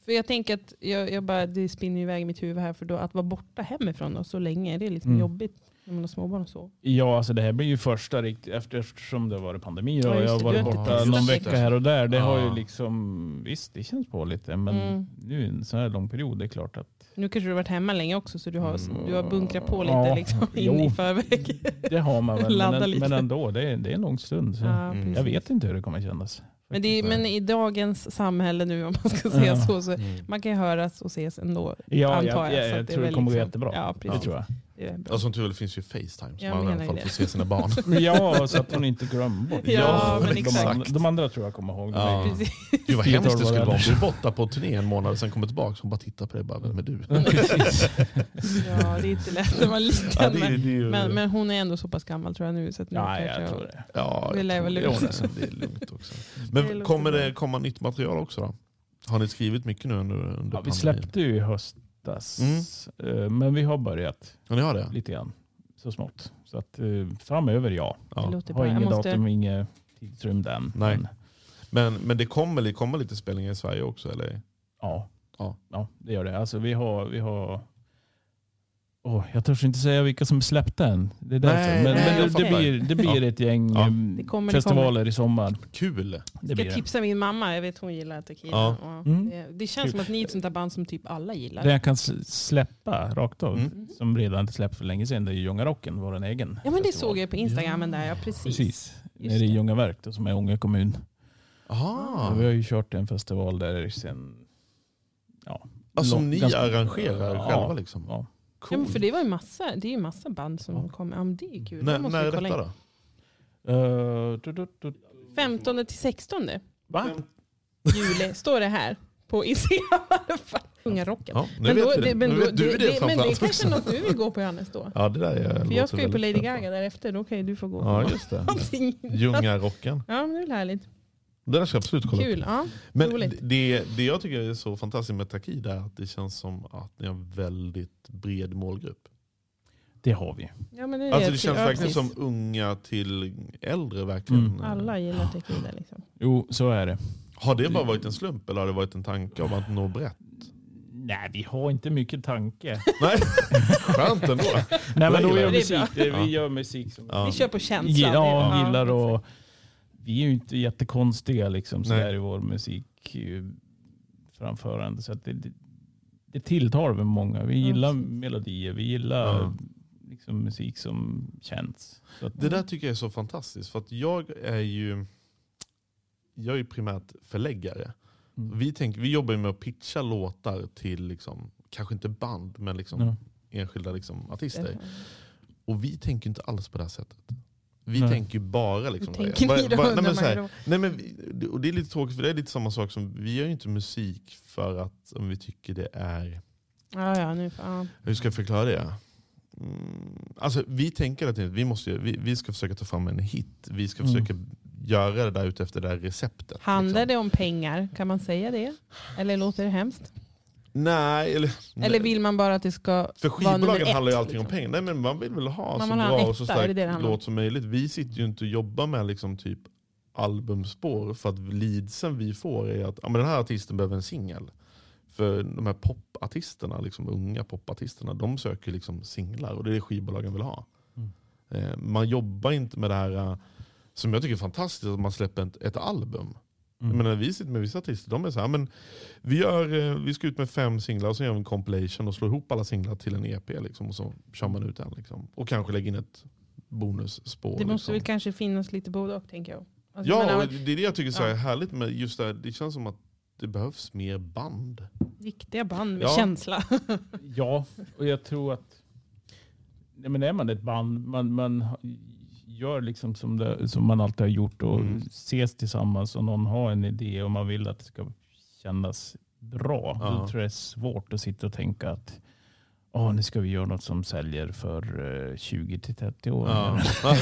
[SPEAKER 2] för jag tänker att jag, jag bara, det spinner ju iväg i mitt huvud här. För då, att vara borta hemifrån då, så länge, det är liksom
[SPEAKER 4] Mm.
[SPEAKER 2] jobbigt när man har småbarn och så.
[SPEAKER 4] Ja, alltså det här blir ju första riktigt, efter- eftersom det har varit pandemi
[SPEAKER 2] Ja,
[SPEAKER 4] och
[SPEAKER 2] just
[SPEAKER 4] jag har
[SPEAKER 2] det,
[SPEAKER 4] varit
[SPEAKER 2] du har inte
[SPEAKER 4] borta någon
[SPEAKER 2] testat
[SPEAKER 4] vecka
[SPEAKER 1] det.
[SPEAKER 4] här och där. Det har
[SPEAKER 1] Ja.
[SPEAKER 4] ju liksom, visst det känns på lite men
[SPEAKER 2] Mm.
[SPEAKER 4] nu en sån här lång period, det är klart att
[SPEAKER 2] Nu kanske du har varit hemma länge också så du har,
[SPEAKER 1] Mm.
[SPEAKER 2] du har bunkrat på lite
[SPEAKER 4] Ja,
[SPEAKER 2] liksom, in
[SPEAKER 4] jo. Mm.
[SPEAKER 2] i förväg.
[SPEAKER 4] [laughs] det har man väl.
[SPEAKER 2] Ladda
[SPEAKER 4] men,
[SPEAKER 2] lite.
[SPEAKER 4] men ändå, det är, det är en lång stund. Så.
[SPEAKER 2] Ja,
[SPEAKER 1] Mm.
[SPEAKER 2] precis.
[SPEAKER 4] Jag vet inte hur det kommer kännas.
[SPEAKER 2] [laughs] men, det är, men i dagens samhälle nu om man ska säga
[SPEAKER 4] Ja.
[SPEAKER 2] så, så
[SPEAKER 4] Mm.
[SPEAKER 2] man kan ju höras och ses ändå.
[SPEAKER 4] ja, jag,
[SPEAKER 2] antar jag,
[SPEAKER 4] jag,
[SPEAKER 2] så
[SPEAKER 4] jag,
[SPEAKER 2] att det är
[SPEAKER 4] tror det
[SPEAKER 2] väl
[SPEAKER 4] kommer gå
[SPEAKER 2] liksom-
[SPEAKER 4] jättebra.
[SPEAKER 2] Ja,
[SPEAKER 4] det
[SPEAKER 2] precis.
[SPEAKER 4] tror jag.
[SPEAKER 2] Det är bra.
[SPEAKER 1] Ja, som tur är finns ju Facetime så
[SPEAKER 2] Jag
[SPEAKER 1] man i
[SPEAKER 2] menar
[SPEAKER 1] alla fall
[SPEAKER 2] det.
[SPEAKER 1] får se sina
[SPEAKER 2] [laughs]
[SPEAKER 1] barn.
[SPEAKER 4] Ja, så att hon inte glömmer bort. det.
[SPEAKER 2] Ja,
[SPEAKER 1] Ja, men
[SPEAKER 4] de,
[SPEAKER 1] exakt.
[SPEAKER 4] andra- de andra tror jag kommer ihåg. det.
[SPEAKER 1] Ja.
[SPEAKER 2] Precis.
[SPEAKER 1] Gud vad
[SPEAKER 4] Fyra
[SPEAKER 1] hemskt det
[SPEAKER 4] år
[SPEAKER 1] skulle
[SPEAKER 4] var
[SPEAKER 1] vara om
[SPEAKER 4] det.
[SPEAKER 1] du är borta på turné en månad och sen kommer tillbaka och hon bara tittar på dig och bara, vem är
[SPEAKER 2] [laughs]
[SPEAKER 1] du?
[SPEAKER 2] Ja, det är inte lätt när man är liten.
[SPEAKER 1] [laughs] Ja, det är- det är ju-
[SPEAKER 2] men, men hon är ändå så pass gammal tror jag nu. Så att nu
[SPEAKER 4] Ja,
[SPEAKER 2] kanske
[SPEAKER 4] jag tror det.
[SPEAKER 1] Ja,
[SPEAKER 2] Det
[SPEAKER 1] jag
[SPEAKER 2] lär
[SPEAKER 1] tror
[SPEAKER 2] väl
[SPEAKER 1] det.
[SPEAKER 2] lugnt.
[SPEAKER 1] Jo, nej, det är lugnt också.
[SPEAKER 2] [laughs] Det
[SPEAKER 1] Men
[SPEAKER 2] låter
[SPEAKER 1] kommer
[SPEAKER 2] bra.
[SPEAKER 1] det komma nytt material också då? Har ni skrivit mycket nu under, under
[SPEAKER 4] Ja, vi
[SPEAKER 1] pandemin?
[SPEAKER 4] släppte ju i höstas,
[SPEAKER 1] Mm.
[SPEAKER 4] eh, men vi har börjat
[SPEAKER 1] Ja, ni har det?
[SPEAKER 4] lite grann så smått. Så att eh, framöver ja.
[SPEAKER 2] Det
[SPEAKER 1] Ja.
[SPEAKER 2] låter
[SPEAKER 4] har
[SPEAKER 2] bra. Jag
[SPEAKER 4] inget
[SPEAKER 2] måste,
[SPEAKER 4] datum, inget tidsrymd än.
[SPEAKER 1] Nej.
[SPEAKER 4] Men,
[SPEAKER 1] Men, men det kommer, li- kommer lite spelningar i Sverige också eller?
[SPEAKER 4] ja.
[SPEAKER 1] Ja.
[SPEAKER 4] Ja. det gör det. Alltså vi har... Vi har Åh, jag törs inte säga vilka som är släppta än. Det är därför.
[SPEAKER 1] Nej,
[SPEAKER 4] men
[SPEAKER 2] nej, jag
[SPEAKER 4] men det, det
[SPEAKER 1] fattar.
[SPEAKER 4] blir, det blir ett gäng
[SPEAKER 1] Ja.
[SPEAKER 4] em,
[SPEAKER 2] Det kommer, det
[SPEAKER 4] festivaler i sommar.
[SPEAKER 1] Kul!
[SPEAKER 4] Det
[SPEAKER 2] ska
[SPEAKER 4] blir
[SPEAKER 2] jag
[SPEAKER 4] det.
[SPEAKER 2] tipsa min mamma. Jag vet hon gillar tequila.
[SPEAKER 1] Ja.
[SPEAKER 2] Ja.
[SPEAKER 4] Mm.
[SPEAKER 2] Det, det känns
[SPEAKER 4] Kul.
[SPEAKER 2] som att ni är ett sånt där band som typ alla gillar.
[SPEAKER 4] Det jag kan s- släppa rakt av,
[SPEAKER 1] Mm.
[SPEAKER 4] som redan inte släppt för länge sedan, det är ju Ljungarocken, vår egen
[SPEAKER 2] Ja men det
[SPEAKER 4] festival.
[SPEAKER 2] såg jag på Instagram där, ja precis.
[SPEAKER 4] Precis,
[SPEAKER 2] Just
[SPEAKER 4] nere i
[SPEAKER 2] det.
[SPEAKER 4] Ljungaverk då, som är Ånge kommun.
[SPEAKER 1] Aha.
[SPEAKER 4] Och Vi har ju kört en festival där sen... Ja,
[SPEAKER 1] Ja, som
[SPEAKER 4] lång-
[SPEAKER 1] ni
[SPEAKER 4] ganska-
[SPEAKER 1] arrangerar
[SPEAKER 4] Ja.
[SPEAKER 1] själva liksom?
[SPEAKER 4] Ja.
[SPEAKER 2] Ja, men
[SPEAKER 1] Coolt.
[SPEAKER 2] för det var ju massa, det är ju massa band som
[SPEAKER 4] Ja.
[SPEAKER 2] kommer. Ja, men det är ju kul.
[SPEAKER 1] När,
[SPEAKER 2] Det måste
[SPEAKER 1] när
[SPEAKER 2] vi
[SPEAKER 1] är
[SPEAKER 2] kolla
[SPEAKER 1] detta
[SPEAKER 2] in.
[SPEAKER 1] då?
[SPEAKER 4] Eh, du, du, du.
[SPEAKER 2] 15 till 16
[SPEAKER 4] Va?
[SPEAKER 2] juli står det här på Instagram [laughs] i alla fall. Unga rocken.
[SPEAKER 1] Ja, nu
[SPEAKER 2] Men
[SPEAKER 1] vet
[SPEAKER 2] då-
[SPEAKER 1] vi det.
[SPEAKER 2] det- men
[SPEAKER 1] nu
[SPEAKER 2] då-
[SPEAKER 1] vet du det,
[SPEAKER 2] Men det är
[SPEAKER 1] framförallt
[SPEAKER 2] kanske
[SPEAKER 1] också.
[SPEAKER 2] något du vill gå på Johannes då?
[SPEAKER 1] Ja, det där är,
[SPEAKER 2] För
[SPEAKER 1] låter
[SPEAKER 2] jag ska ju på
[SPEAKER 1] väldigt
[SPEAKER 2] Lady
[SPEAKER 1] bra.
[SPEAKER 2] Gaga därefter, då kan ju du få gå.
[SPEAKER 1] Ja, just
[SPEAKER 2] [laughs]
[SPEAKER 1] det.
[SPEAKER 2] Någonting.
[SPEAKER 1] Ljungarocken.
[SPEAKER 2] Ja, men det är väl härligt.
[SPEAKER 1] Det där ska jag absolut kolla upp.
[SPEAKER 2] Kul. Ja.
[SPEAKER 1] Men
[SPEAKER 2] Roligt.
[SPEAKER 1] det, det jag tycker är så fantastiskt med Takid är att det känns som att ni har en väldigt bred målgrupp.
[SPEAKER 4] Det har vi.
[SPEAKER 2] Ja, men det, är
[SPEAKER 1] Alltså det
[SPEAKER 2] kul.
[SPEAKER 1] känns
[SPEAKER 2] Ja,
[SPEAKER 1] verkligen som
[SPEAKER 2] precis.
[SPEAKER 1] unga till äldre. verkligen.
[SPEAKER 4] Mm.
[SPEAKER 2] Alla gillar tequila liksom.
[SPEAKER 4] Jo, så är det.
[SPEAKER 1] Har det bara varit en slump eller har det varit en tanke om att nå brett?
[SPEAKER 4] Nej, vi har inte mycket tanke.
[SPEAKER 1] Nej, [laughs] skönt ändå.
[SPEAKER 4] Nej, men
[SPEAKER 1] gillar
[SPEAKER 4] då
[SPEAKER 1] jag.
[SPEAKER 4] gör
[SPEAKER 2] Det är
[SPEAKER 4] musik.
[SPEAKER 2] bra.
[SPEAKER 4] Det, vi
[SPEAKER 1] Ja.
[SPEAKER 4] gör musik som
[SPEAKER 1] Ja.
[SPEAKER 2] Vi kör på känslan.
[SPEAKER 4] gillar, ja,
[SPEAKER 2] Ja,
[SPEAKER 4] gillar och
[SPEAKER 2] exakt.
[SPEAKER 4] vi är ju inte jättekonstiga liksom så
[SPEAKER 1] Nej.
[SPEAKER 4] där i vår musik eh, framförande. Så att det, det, det tilltar väl många. Vi
[SPEAKER 2] Ja,
[SPEAKER 4] gillar
[SPEAKER 2] precis.
[SPEAKER 4] melodier, vi gillar
[SPEAKER 1] Ja.
[SPEAKER 4] liksom musik som känns. Så att,
[SPEAKER 1] Det där tycker jag är så fantastiskt för att jag är ju jag är ju primärt förläggare.
[SPEAKER 4] Mm.
[SPEAKER 1] Vi, tänker, vi jobbar ju med att pitcha låtar till liksom kanske inte band, men liksom
[SPEAKER 4] Ja.
[SPEAKER 1] enskilda liksom, artister.
[SPEAKER 2] Därför-
[SPEAKER 1] Och vi tänker ju inte alls på det här sättet. Vi
[SPEAKER 4] Nej.
[SPEAKER 1] tänker ju bara liksom...
[SPEAKER 2] Hur tänker
[SPEAKER 1] vad-
[SPEAKER 2] ni då,
[SPEAKER 1] vad- nej,
[SPEAKER 2] undrar
[SPEAKER 1] men så här,
[SPEAKER 2] man ju
[SPEAKER 1] nej, men, vi- och det är lite tråkigt, för det är lite samma sak som, vi gör ju inte musik för att om vi tycker det är...
[SPEAKER 2] då. Ja, ja, nu, ja.
[SPEAKER 1] Hur ska jag förklara det? Mm, alltså, vi tänker att vi, måste, ju- vi, vi ska försöka ta fram en hit. Vi ska
[SPEAKER 4] Mm.
[SPEAKER 1] försöka göra det där ute efter det där receptet. liksom.
[SPEAKER 2] Handlar det om pengar? Kan man säga det? Eller låter det hemskt?
[SPEAKER 1] Nej, eller...
[SPEAKER 2] Eller vill man bara att det ska
[SPEAKER 1] För
[SPEAKER 2] vara nummer
[SPEAKER 1] skivbolagen
[SPEAKER 2] ett,
[SPEAKER 1] handlar ju allting om
[SPEAKER 2] liksom?
[SPEAKER 1] pengar. Nej, men man vill väl ha
[SPEAKER 2] Man
[SPEAKER 1] så
[SPEAKER 2] vill ha en
[SPEAKER 1] bra och så
[SPEAKER 2] etta, är det
[SPEAKER 1] stark
[SPEAKER 2] det det handlar om?
[SPEAKER 1] låt som möjligt. Vi sitter ju inte och jobbar med liksom typ albumspår för att leadsen vi får är att ja, men den här artisten behöver en singel. För de här popartisterna, liksom unga popartisterna, de söker liksom singlar och det är det skivbolagen vill ha.
[SPEAKER 4] Mm.
[SPEAKER 1] Eh, Man jobbar inte med det här eh, som jag tycker är fantastiskt, att man släpper ett, ett album.
[SPEAKER 4] Mm.
[SPEAKER 1] Men när vi sitter med vissa artister, de är så här, men vi, gör, eh, vi ska ut med fem singlar och så gör vi en compilation och slår ihop alla singlar till en EP. Liksom, och så kör man ut den. Liksom. Och kanske lägger in ett bonusspår.
[SPEAKER 2] Det måste väl
[SPEAKER 1] liksom.
[SPEAKER 2] kanske finnas lite både och tänker jag. Alltså, jag
[SPEAKER 1] Ja,
[SPEAKER 2] menar,
[SPEAKER 1] och det är det jag tycker så här
[SPEAKER 2] Ja.
[SPEAKER 1] är härligt med just det här. Det känns som att det behövs mer band.
[SPEAKER 2] Riktiga band med
[SPEAKER 1] Ja.
[SPEAKER 4] [laughs]
[SPEAKER 2] känsla.
[SPEAKER 4] Ja, och jag tror att nej men är man ett band, man, man ha- gör liksom som, det, som man alltid har gjort och
[SPEAKER 1] Mm.
[SPEAKER 4] ses tillsammans och någon har en idé och man vill att det ska kännas bra.
[SPEAKER 1] Ja.
[SPEAKER 4] Då tror jag det är svårt att sitta och tänka att Åh, nu ska vi göra något som säljer för eh, 20-30 år.
[SPEAKER 1] [laughs] Ja.
[SPEAKER 2] Ja,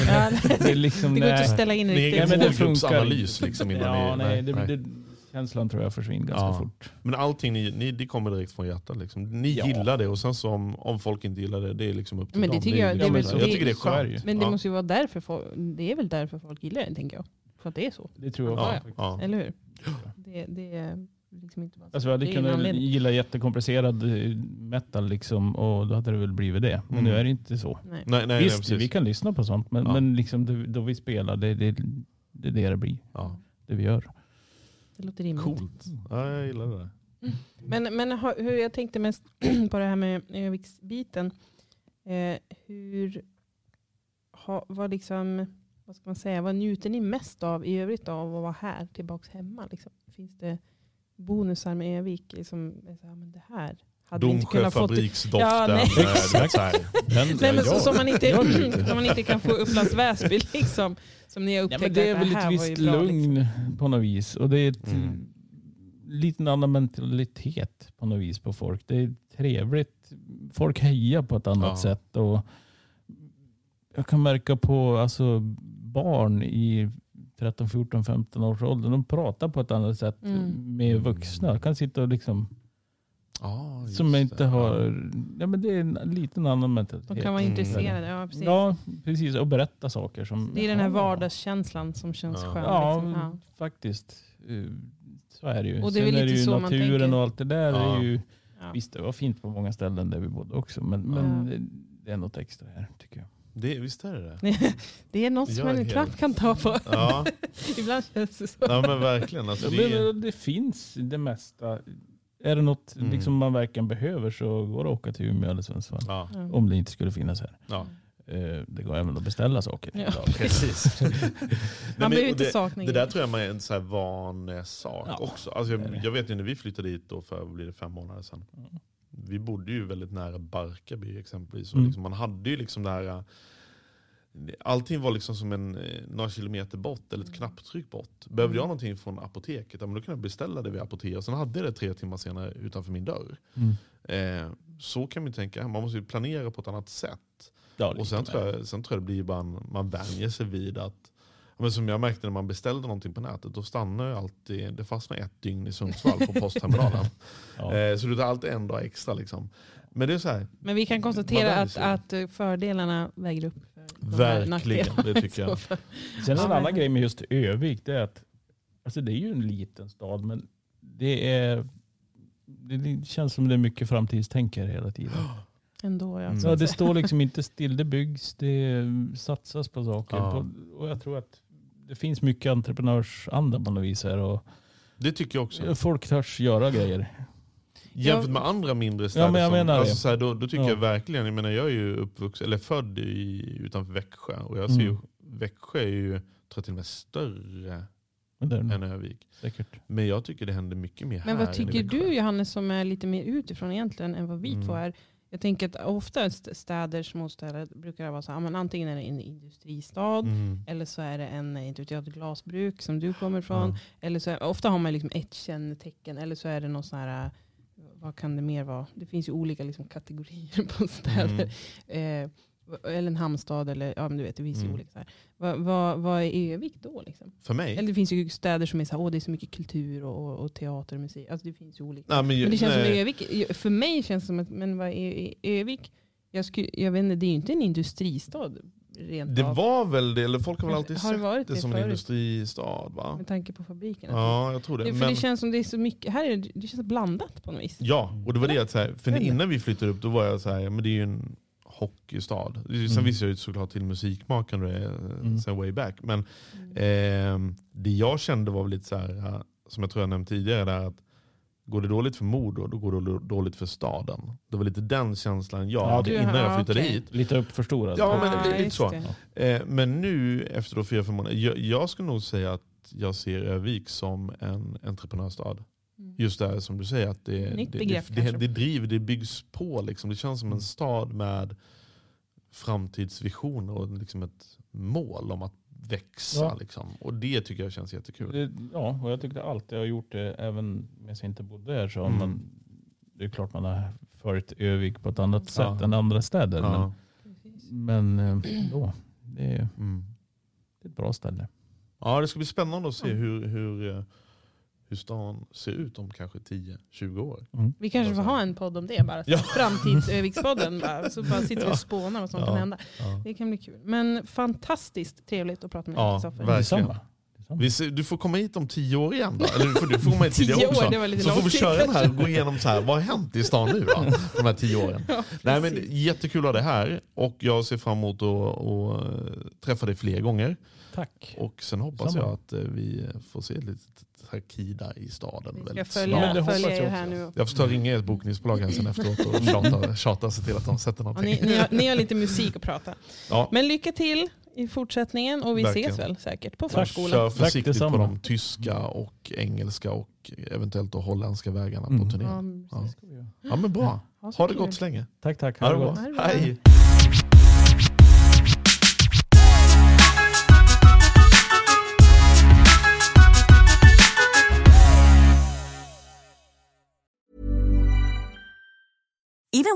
[SPEAKER 4] Det, är liksom,
[SPEAKER 2] det går inte
[SPEAKER 4] nej.
[SPEAKER 2] att ställa in
[SPEAKER 1] Ni är
[SPEAKER 2] riktigt.
[SPEAKER 4] Nej, men det
[SPEAKER 1] målgruppsanalys liksom innan
[SPEAKER 4] ja,
[SPEAKER 1] ni,
[SPEAKER 4] nej, det,
[SPEAKER 1] nej.
[SPEAKER 4] det, känslan tror jag försvinner ganska
[SPEAKER 1] Ja.
[SPEAKER 4] fort.
[SPEAKER 1] Men allting ni, ni, det kommer direkt från hjärtat. Liksom. Ni
[SPEAKER 4] Ja.
[SPEAKER 1] gillar det och sen så om, om folk inte gillar det, det är liksom upp till
[SPEAKER 2] Men det
[SPEAKER 1] dem.
[SPEAKER 2] tycker jag-
[SPEAKER 1] är
[SPEAKER 2] det är
[SPEAKER 1] liksom
[SPEAKER 2] väl
[SPEAKER 1] så
[SPEAKER 2] så-
[SPEAKER 1] här. jag tycker det är
[SPEAKER 4] så är det ju.
[SPEAKER 1] skönt.
[SPEAKER 2] Men det
[SPEAKER 1] Ja.
[SPEAKER 2] måste ju vara därför folk, det är väl därför folk gillar det tänker jag. För att det är så,
[SPEAKER 4] Det tror jag.
[SPEAKER 2] Ja,
[SPEAKER 4] Ja.
[SPEAKER 1] ja, ja.
[SPEAKER 2] eller hur? Det, det är liksom inte bara
[SPEAKER 4] Alltså jag
[SPEAKER 2] Det
[SPEAKER 4] hade
[SPEAKER 2] är en
[SPEAKER 4] kunnat
[SPEAKER 2] anledning.
[SPEAKER 4] gilla jättekomplicerad eh, metal liksom, och då hade det väl blivit det. Men
[SPEAKER 1] Mm.
[SPEAKER 4] nu är det inte så.
[SPEAKER 2] Nej.
[SPEAKER 1] Nej, nej, nej,
[SPEAKER 4] Visst,
[SPEAKER 1] precis.
[SPEAKER 4] vi kan lyssna på sånt, men,
[SPEAKER 1] Ja.
[SPEAKER 4] men liksom, det, då vi spelar, det, det, det är det det blir.
[SPEAKER 1] Ja.
[SPEAKER 4] Det vi gör.
[SPEAKER 2] Det låter rimligt.
[SPEAKER 1] Coolt. Ja, jag gillar det. där.
[SPEAKER 2] Men, men ha- hur jag tänkte mest [clears throat] på det här med Ö-viksbiten. Eh, hur, ha, vad, liksom, vad, ska man säga, vad njuter ni mest av i övrigt av att vara här, tillbaks hemma? Liksom? Finns det bonusar med Övik? Liksom, är så här, men det här hade vi inte
[SPEAKER 1] Domsjö
[SPEAKER 2] kunnat få. till-
[SPEAKER 1] fabriksdoften.
[SPEAKER 2] Ja, nej.
[SPEAKER 1] eh, du vet så här.
[SPEAKER 2] Nej, men så,
[SPEAKER 4] Ja,
[SPEAKER 2] som, man inte,
[SPEAKER 4] jag njuter.
[SPEAKER 2] som [laughs] man inte kan få i Upplands Väsby. Liksom, som ni har
[SPEAKER 4] Ja,
[SPEAKER 2] upptäckt
[SPEAKER 4] men det är
[SPEAKER 2] att
[SPEAKER 4] väl
[SPEAKER 2] det
[SPEAKER 4] ett
[SPEAKER 2] här var
[SPEAKER 4] visst
[SPEAKER 2] ju bra. Liksom.
[SPEAKER 4] lugn på något vis. Och det är ett
[SPEAKER 1] Mm.
[SPEAKER 4] liten annan mentalitet på något vis på folk. Det är trevligt. Folk hejar på ett annat
[SPEAKER 1] Ja.
[SPEAKER 4] sätt. Och jag kan märka på alltså, barn i 13, 14, 15 års ålder. De pratar på ett annat sätt
[SPEAKER 2] Mm.
[SPEAKER 4] med vuxna. De kan sitta och liksom,
[SPEAKER 1] Ja, just
[SPEAKER 4] som
[SPEAKER 1] det.
[SPEAKER 4] inte har... Ja, men det är en liten annan mentalitet.
[SPEAKER 2] De kan vara
[SPEAKER 1] Mm.
[SPEAKER 2] intresserade. Ja, precis.
[SPEAKER 4] Ja, precis. Och berätta saker som...
[SPEAKER 2] Det är den här
[SPEAKER 4] Ja.
[SPEAKER 2] vardagskänslan som känns
[SPEAKER 1] Ja.
[SPEAKER 2] skön.
[SPEAKER 4] Ja,
[SPEAKER 2] Liksom. Ja.
[SPEAKER 4] faktiskt. Eh, Så är det ju.
[SPEAKER 2] Och det är väl
[SPEAKER 4] Sen
[SPEAKER 2] lite
[SPEAKER 4] ju
[SPEAKER 2] så man
[SPEAKER 4] naturen
[SPEAKER 2] tänker.
[SPEAKER 4] och allt det där.
[SPEAKER 1] Ja.
[SPEAKER 4] Är ju,
[SPEAKER 2] Ja.
[SPEAKER 4] Visst, det var fint på många ställen där vi bodde också, men, men det är något extra här tycker jag.
[SPEAKER 1] Det, visst är det det?
[SPEAKER 2] Det är något som
[SPEAKER 1] Jag är
[SPEAKER 2] man
[SPEAKER 1] helt-
[SPEAKER 2] knappt kan ta på.
[SPEAKER 1] Ja,
[SPEAKER 2] Ibland
[SPEAKER 4] [laughs]
[SPEAKER 2] känns det så.
[SPEAKER 1] ja men verkligen. Alltså,
[SPEAKER 4] Det,
[SPEAKER 1] det,
[SPEAKER 4] det finns det mesta. Är det något
[SPEAKER 1] Mm.
[SPEAKER 4] liksom man verkligen behöver så går det att åka till Umeå eller Sundsvall.
[SPEAKER 1] ja,
[SPEAKER 2] Ja.
[SPEAKER 4] Om det inte skulle finnas här.
[SPEAKER 1] ja.
[SPEAKER 4] Eh, Det går även att beställa saker.
[SPEAKER 2] [laughs] Ja.
[SPEAKER 4] [laughs] idag.
[SPEAKER 1] Precis. [laughs] Nej, men,
[SPEAKER 2] Man behöver inte
[SPEAKER 1] det,
[SPEAKER 2] sakna
[SPEAKER 1] det där
[SPEAKER 2] grejer.
[SPEAKER 1] tror jag man är en så här van eh, sak
[SPEAKER 4] Ja,
[SPEAKER 1] också. Alltså,
[SPEAKER 4] det är det.
[SPEAKER 1] jag, jag vet ju när vi flyttade hit då för vad blir det, fem månader sedan.
[SPEAKER 4] Mm.
[SPEAKER 1] Vi bodde ju väldigt nära Barkarby exempelvis. Och
[SPEAKER 4] Mm.
[SPEAKER 1] liksom, man hade ju liksom det här... eh, Allting var liksom som en, eh, några kilometer bort, eller
[SPEAKER 4] Mm.
[SPEAKER 1] ett knapptryck bort. Behövde jag någonting från apoteket, ja, men då kunde jag beställa det vid apoteket. Och sen hade jag det tre timmar senare utanför min dörr.
[SPEAKER 4] Mm.
[SPEAKER 1] Eh, så kan man ju tänka, man måste ju planera på ett annat sätt.
[SPEAKER 4] Ja,
[SPEAKER 1] Och sen
[SPEAKER 4] lite
[SPEAKER 1] tror,
[SPEAKER 4] mer.
[SPEAKER 1] jag, sen tror jag det blir bara en, man vänjer sig vid att ja, men som jag märkte när man beställde någonting på nätet, då stannar ju alltid, det fastnar ett dygn i Sundsvall
[SPEAKER 4] [laughs]
[SPEAKER 1] på postterminalen.
[SPEAKER 4] Ja.
[SPEAKER 1] eh, så du tar alltid en dag extra. Liksom. Men det är så här,
[SPEAKER 2] Men vi kan
[SPEAKER 1] Man
[SPEAKER 2] konstatera
[SPEAKER 1] vänjer
[SPEAKER 2] att,
[SPEAKER 1] sig.
[SPEAKER 2] att eh, fördelarna väger upp. för de här
[SPEAKER 1] verkligen,
[SPEAKER 2] nackdelarna.
[SPEAKER 1] det tycker jag.
[SPEAKER 2] Så-
[SPEAKER 4] Sen
[SPEAKER 2] Ja,
[SPEAKER 4] en annan
[SPEAKER 2] verkligen.
[SPEAKER 4] grej med just Övik det är att alltså det är ju en liten stad men det är det- det känns som det är mycket framtidstänkare hela tiden.
[SPEAKER 2] Ändå ja.
[SPEAKER 1] Mm.
[SPEAKER 4] Så det står liksom inte still, det byggs, det satsas på saker.
[SPEAKER 1] Ja.
[SPEAKER 4] På, och jag tror att det finns mycket entreprenörsanda på något vis här. Och
[SPEAKER 1] Det tycker jag också.
[SPEAKER 4] folk törs göra grejer.
[SPEAKER 1] Jämfört med andra mindre städer,
[SPEAKER 4] Ja, men jag
[SPEAKER 1] som,
[SPEAKER 4] menar det.
[SPEAKER 1] alltså, så här, då, då tycker
[SPEAKER 4] Ja.
[SPEAKER 1] jag verkligen, jag, menar, jag är ju uppvuxen, eller född i, utanför Växjö och jag ser ju,
[SPEAKER 4] Mm.
[SPEAKER 1] Växjö är ju, tror jag till och med större
[SPEAKER 4] Men det är nog
[SPEAKER 1] än Övik.
[SPEAKER 4] säkert.
[SPEAKER 1] Men jag tycker det händer mycket mer här.
[SPEAKER 2] Men vad
[SPEAKER 1] än i
[SPEAKER 2] tycker
[SPEAKER 1] Växjö.
[SPEAKER 2] du Johannes som är lite mer utifrån egentligen än vad vi
[SPEAKER 1] Mm.
[SPEAKER 2] två är? Jag tänker att ofta st- städer, småstäder brukar det vara så här, ja, men antingen är det en industristad
[SPEAKER 1] Mm.
[SPEAKER 2] eller så är det en, inte vet jag, ett glasbruk som du kommer ifrån. Eller så är, ofta har man liksom ett kännetecken eller så är det någon sån här, eh, vad kan det mer vara? Det finns ju olika liksom kategorier på
[SPEAKER 1] Mm.
[SPEAKER 2] städer. Eh, v- eller en hamnstad eller ja men du vet det finns ju
[SPEAKER 1] Mm.
[SPEAKER 2] olika. Så här. Vad, vad, vad är Övik då liksom?
[SPEAKER 1] För mig?
[SPEAKER 2] Eller det finns ju städer som är så här, åh det är så mycket kultur och, och, och teater och musik. Alltså det finns ju olika.
[SPEAKER 1] Nej, men, ju-
[SPEAKER 2] Men det känns som
[SPEAKER 1] nej.
[SPEAKER 2] Övik, för mig känns det som att, men vad är Övik? Jag, skulle, jag vet inte, det är ju inte en industristad rent
[SPEAKER 1] det
[SPEAKER 2] av.
[SPEAKER 1] var väl det, eller folk har väl alltid
[SPEAKER 2] Har det
[SPEAKER 1] sett
[SPEAKER 2] varit
[SPEAKER 1] det
[SPEAKER 2] det
[SPEAKER 1] som en
[SPEAKER 2] förut?
[SPEAKER 1] industristad va?
[SPEAKER 2] Med tanke på fabriken.
[SPEAKER 1] Ja, jag tror det.
[SPEAKER 2] det, för
[SPEAKER 1] Men,
[SPEAKER 2] det känns som det är så mycket, här är det, det känns blandat på något vis.
[SPEAKER 1] Ja, och det var det att så här, för
[SPEAKER 2] Eller?
[SPEAKER 1] innan vi flyttade upp då var jag så här, men det är ju en hockeystad. Sen
[SPEAKER 4] Mm.
[SPEAKER 1] visste jag ju såklart till musikmaken och det, eh,
[SPEAKER 4] Mm.
[SPEAKER 1] sen way back. Men
[SPEAKER 2] Mm.
[SPEAKER 1] ehm, det jag kände var väl lite så här, eh, som jag tror jag nämnt tidigare, där att går det dåligt för Modo, då går det dåligt för staden. Det var lite den känslan jag
[SPEAKER 4] Ja,
[SPEAKER 1] hade
[SPEAKER 2] du-
[SPEAKER 1] innan jag
[SPEAKER 2] ja,
[SPEAKER 1] flyttade
[SPEAKER 2] okej.
[SPEAKER 1] hit.
[SPEAKER 4] Lite uppförstorad.
[SPEAKER 1] Ja, men det är lite
[SPEAKER 2] just
[SPEAKER 1] så.
[SPEAKER 2] det.
[SPEAKER 1] Eh, men nu efter då fyra, fem månader, jag, jag skulle nog säga att jag ser Övik som en entreprenörsstad.
[SPEAKER 2] Mm.
[SPEAKER 1] Just det här som du säger, att det, det,
[SPEAKER 2] Nytt
[SPEAKER 1] det,
[SPEAKER 2] begrepp
[SPEAKER 1] det,
[SPEAKER 2] kanske. Mm.
[SPEAKER 1] det driver, det byggs på. Liksom. Det känns som en stad med framtidsvisioner och liksom ett mål om att växa.
[SPEAKER 4] Ja.
[SPEAKER 1] Liksom. Och det tycker jag känns jättekul.
[SPEAKER 4] Det, ja, och jag tyckte alltid jag har gjort det, även om jag inte bodde här. Så har
[SPEAKER 1] Mm.
[SPEAKER 4] man, det är klart man har följt Övik på ett annat sätt
[SPEAKER 1] Ja.
[SPEAKER 4] än andra städer.
[SPEAKER 1] Ja.
[SPEAKER 4] Men, men eh, då, det är det
[SPEAKER 1] Mm.
[SPEAKER 4] är ett bra ställe.
[SPEAKER 1] ja, det ska bli spännande att se hur, hur, eh, hur stan ser ut om kanske 10-20 år.
[SPEAKER 2] Vi kanske får ha en podd om det bara. [laughs]
[SPEAKER 1] Ja.
[SPEAKER 2] Framtids-Övikspodden. bara, Så bara sitter vi och spånar vad som
[SPEAKER 1] Ja.
[SPEAKER 2] kan hända.
[SPEAKER 1] Ja.
[SPEAKER 2] Det kan bli kul. Men fantastiskt trevligt att prata med dig
[SPEAKER 1] Ja,
[SPEAKER 2] Kristoffer.
[SPEAKER 1] verkligen.
[SPEAKER 4] Detsamma. Detsamma.
[SPEAKER 1] Vi ser, du får komma hit om tio år igen då. Eller får du får
[SPEAKER 2] [laughs]
[SPEAKER 1] komma hit tidigare
[SPEAKER 2] Tio år,
[SPEAKER 1] också.
[SPEAKER 2] det var lite
[SPEAKER 1] så får vi
[SPEAKER 2] lång tid
[SPEAKER 1] köra den här
[SPEAKER 2] kanske.
[SPEAKER 1] och gå igenom så här, vad har hänt i stan nu då? De här tio åren.
[SPEAKER 2] [laughs] Ja,
[SPEAKER 1] Nej, men
[SPEAKER 2] precis.
[SPEAKER 1] jättekul att ha det här och jag ser fram emot att, att eh, träffa dig fler gånger.
[SPEAKER 4] Tack.
[SPEAKER 1] Och sen hoppas
[SPEAKER 4] Detsamma.
[SPEAKER 1] jag att eh, vi får se lite Takida i staden
[SPEAKER 2] Vi ska
[SPEAKER 1] väldigt
[SPEAKER 2] följa,
[SPEAKER 4] Ja, det
[SPEAKER 1] snart.
[SPEAKER 4] hoppas
[SPEAKER 2] följa
[SPEAKER 4] jag
[SPEAKER 2] er här
[SPEAKER 4] också.
[SPEAKER 2] nu.
[SPEAKER 1] Jag får ta och ringa ert bokningsbolag här sen
[SPEAKER 4] [laughs]
[SPEAKER 1] efteråt och tjata, tjata sig till att de sätter
[SPEAKER 2] Ja,
[SPEAKER 1] någonting.
[SPEAKER 2] ni, ni, har, ni har lite musik att prata.
[SPEAKER 1] Ja.
[SPEAKER 2] Men lycka till i fortsättningen och vi
[SPEAKER 1] Verkligen.
[SPEAKER 2] ses väl säkert på
[SPEAKER 4] Tack.
[SPEAKER 2] förskolan.
[SPEAKER 1] Kör
[SPEAKER 4] Tack
[SPEAKER 1] försiktigt på
[SPEAKER 4] detsamma.
[SPEAKER 1] de tyska och engelska och eventuellt då holländska vägarna
[SPEAKER 4] Mm.
[SPEAKER 1] på turnén.
[SPEAKER 2] men
[SPEAKER 1] Ja.
[SPEAKER 2] precis, ska vi göra.
[SPEAKER 1] Ja men bra.
[SPEAKER 2] så
[SPEAKER 1] Ha det
[SPEAKER 2] kul.
[SPEAKER 1] gott så länge.
[SPEAKER 4] Tack, tack.
[SPEAKER 1] Ha det
[SPEAKER 4] gott.
[SPEAKER 1] bra.
[SPEAKER 2] Ha det bra.
[SPEAKER 1] Hej.
[SPEAKER 5] Even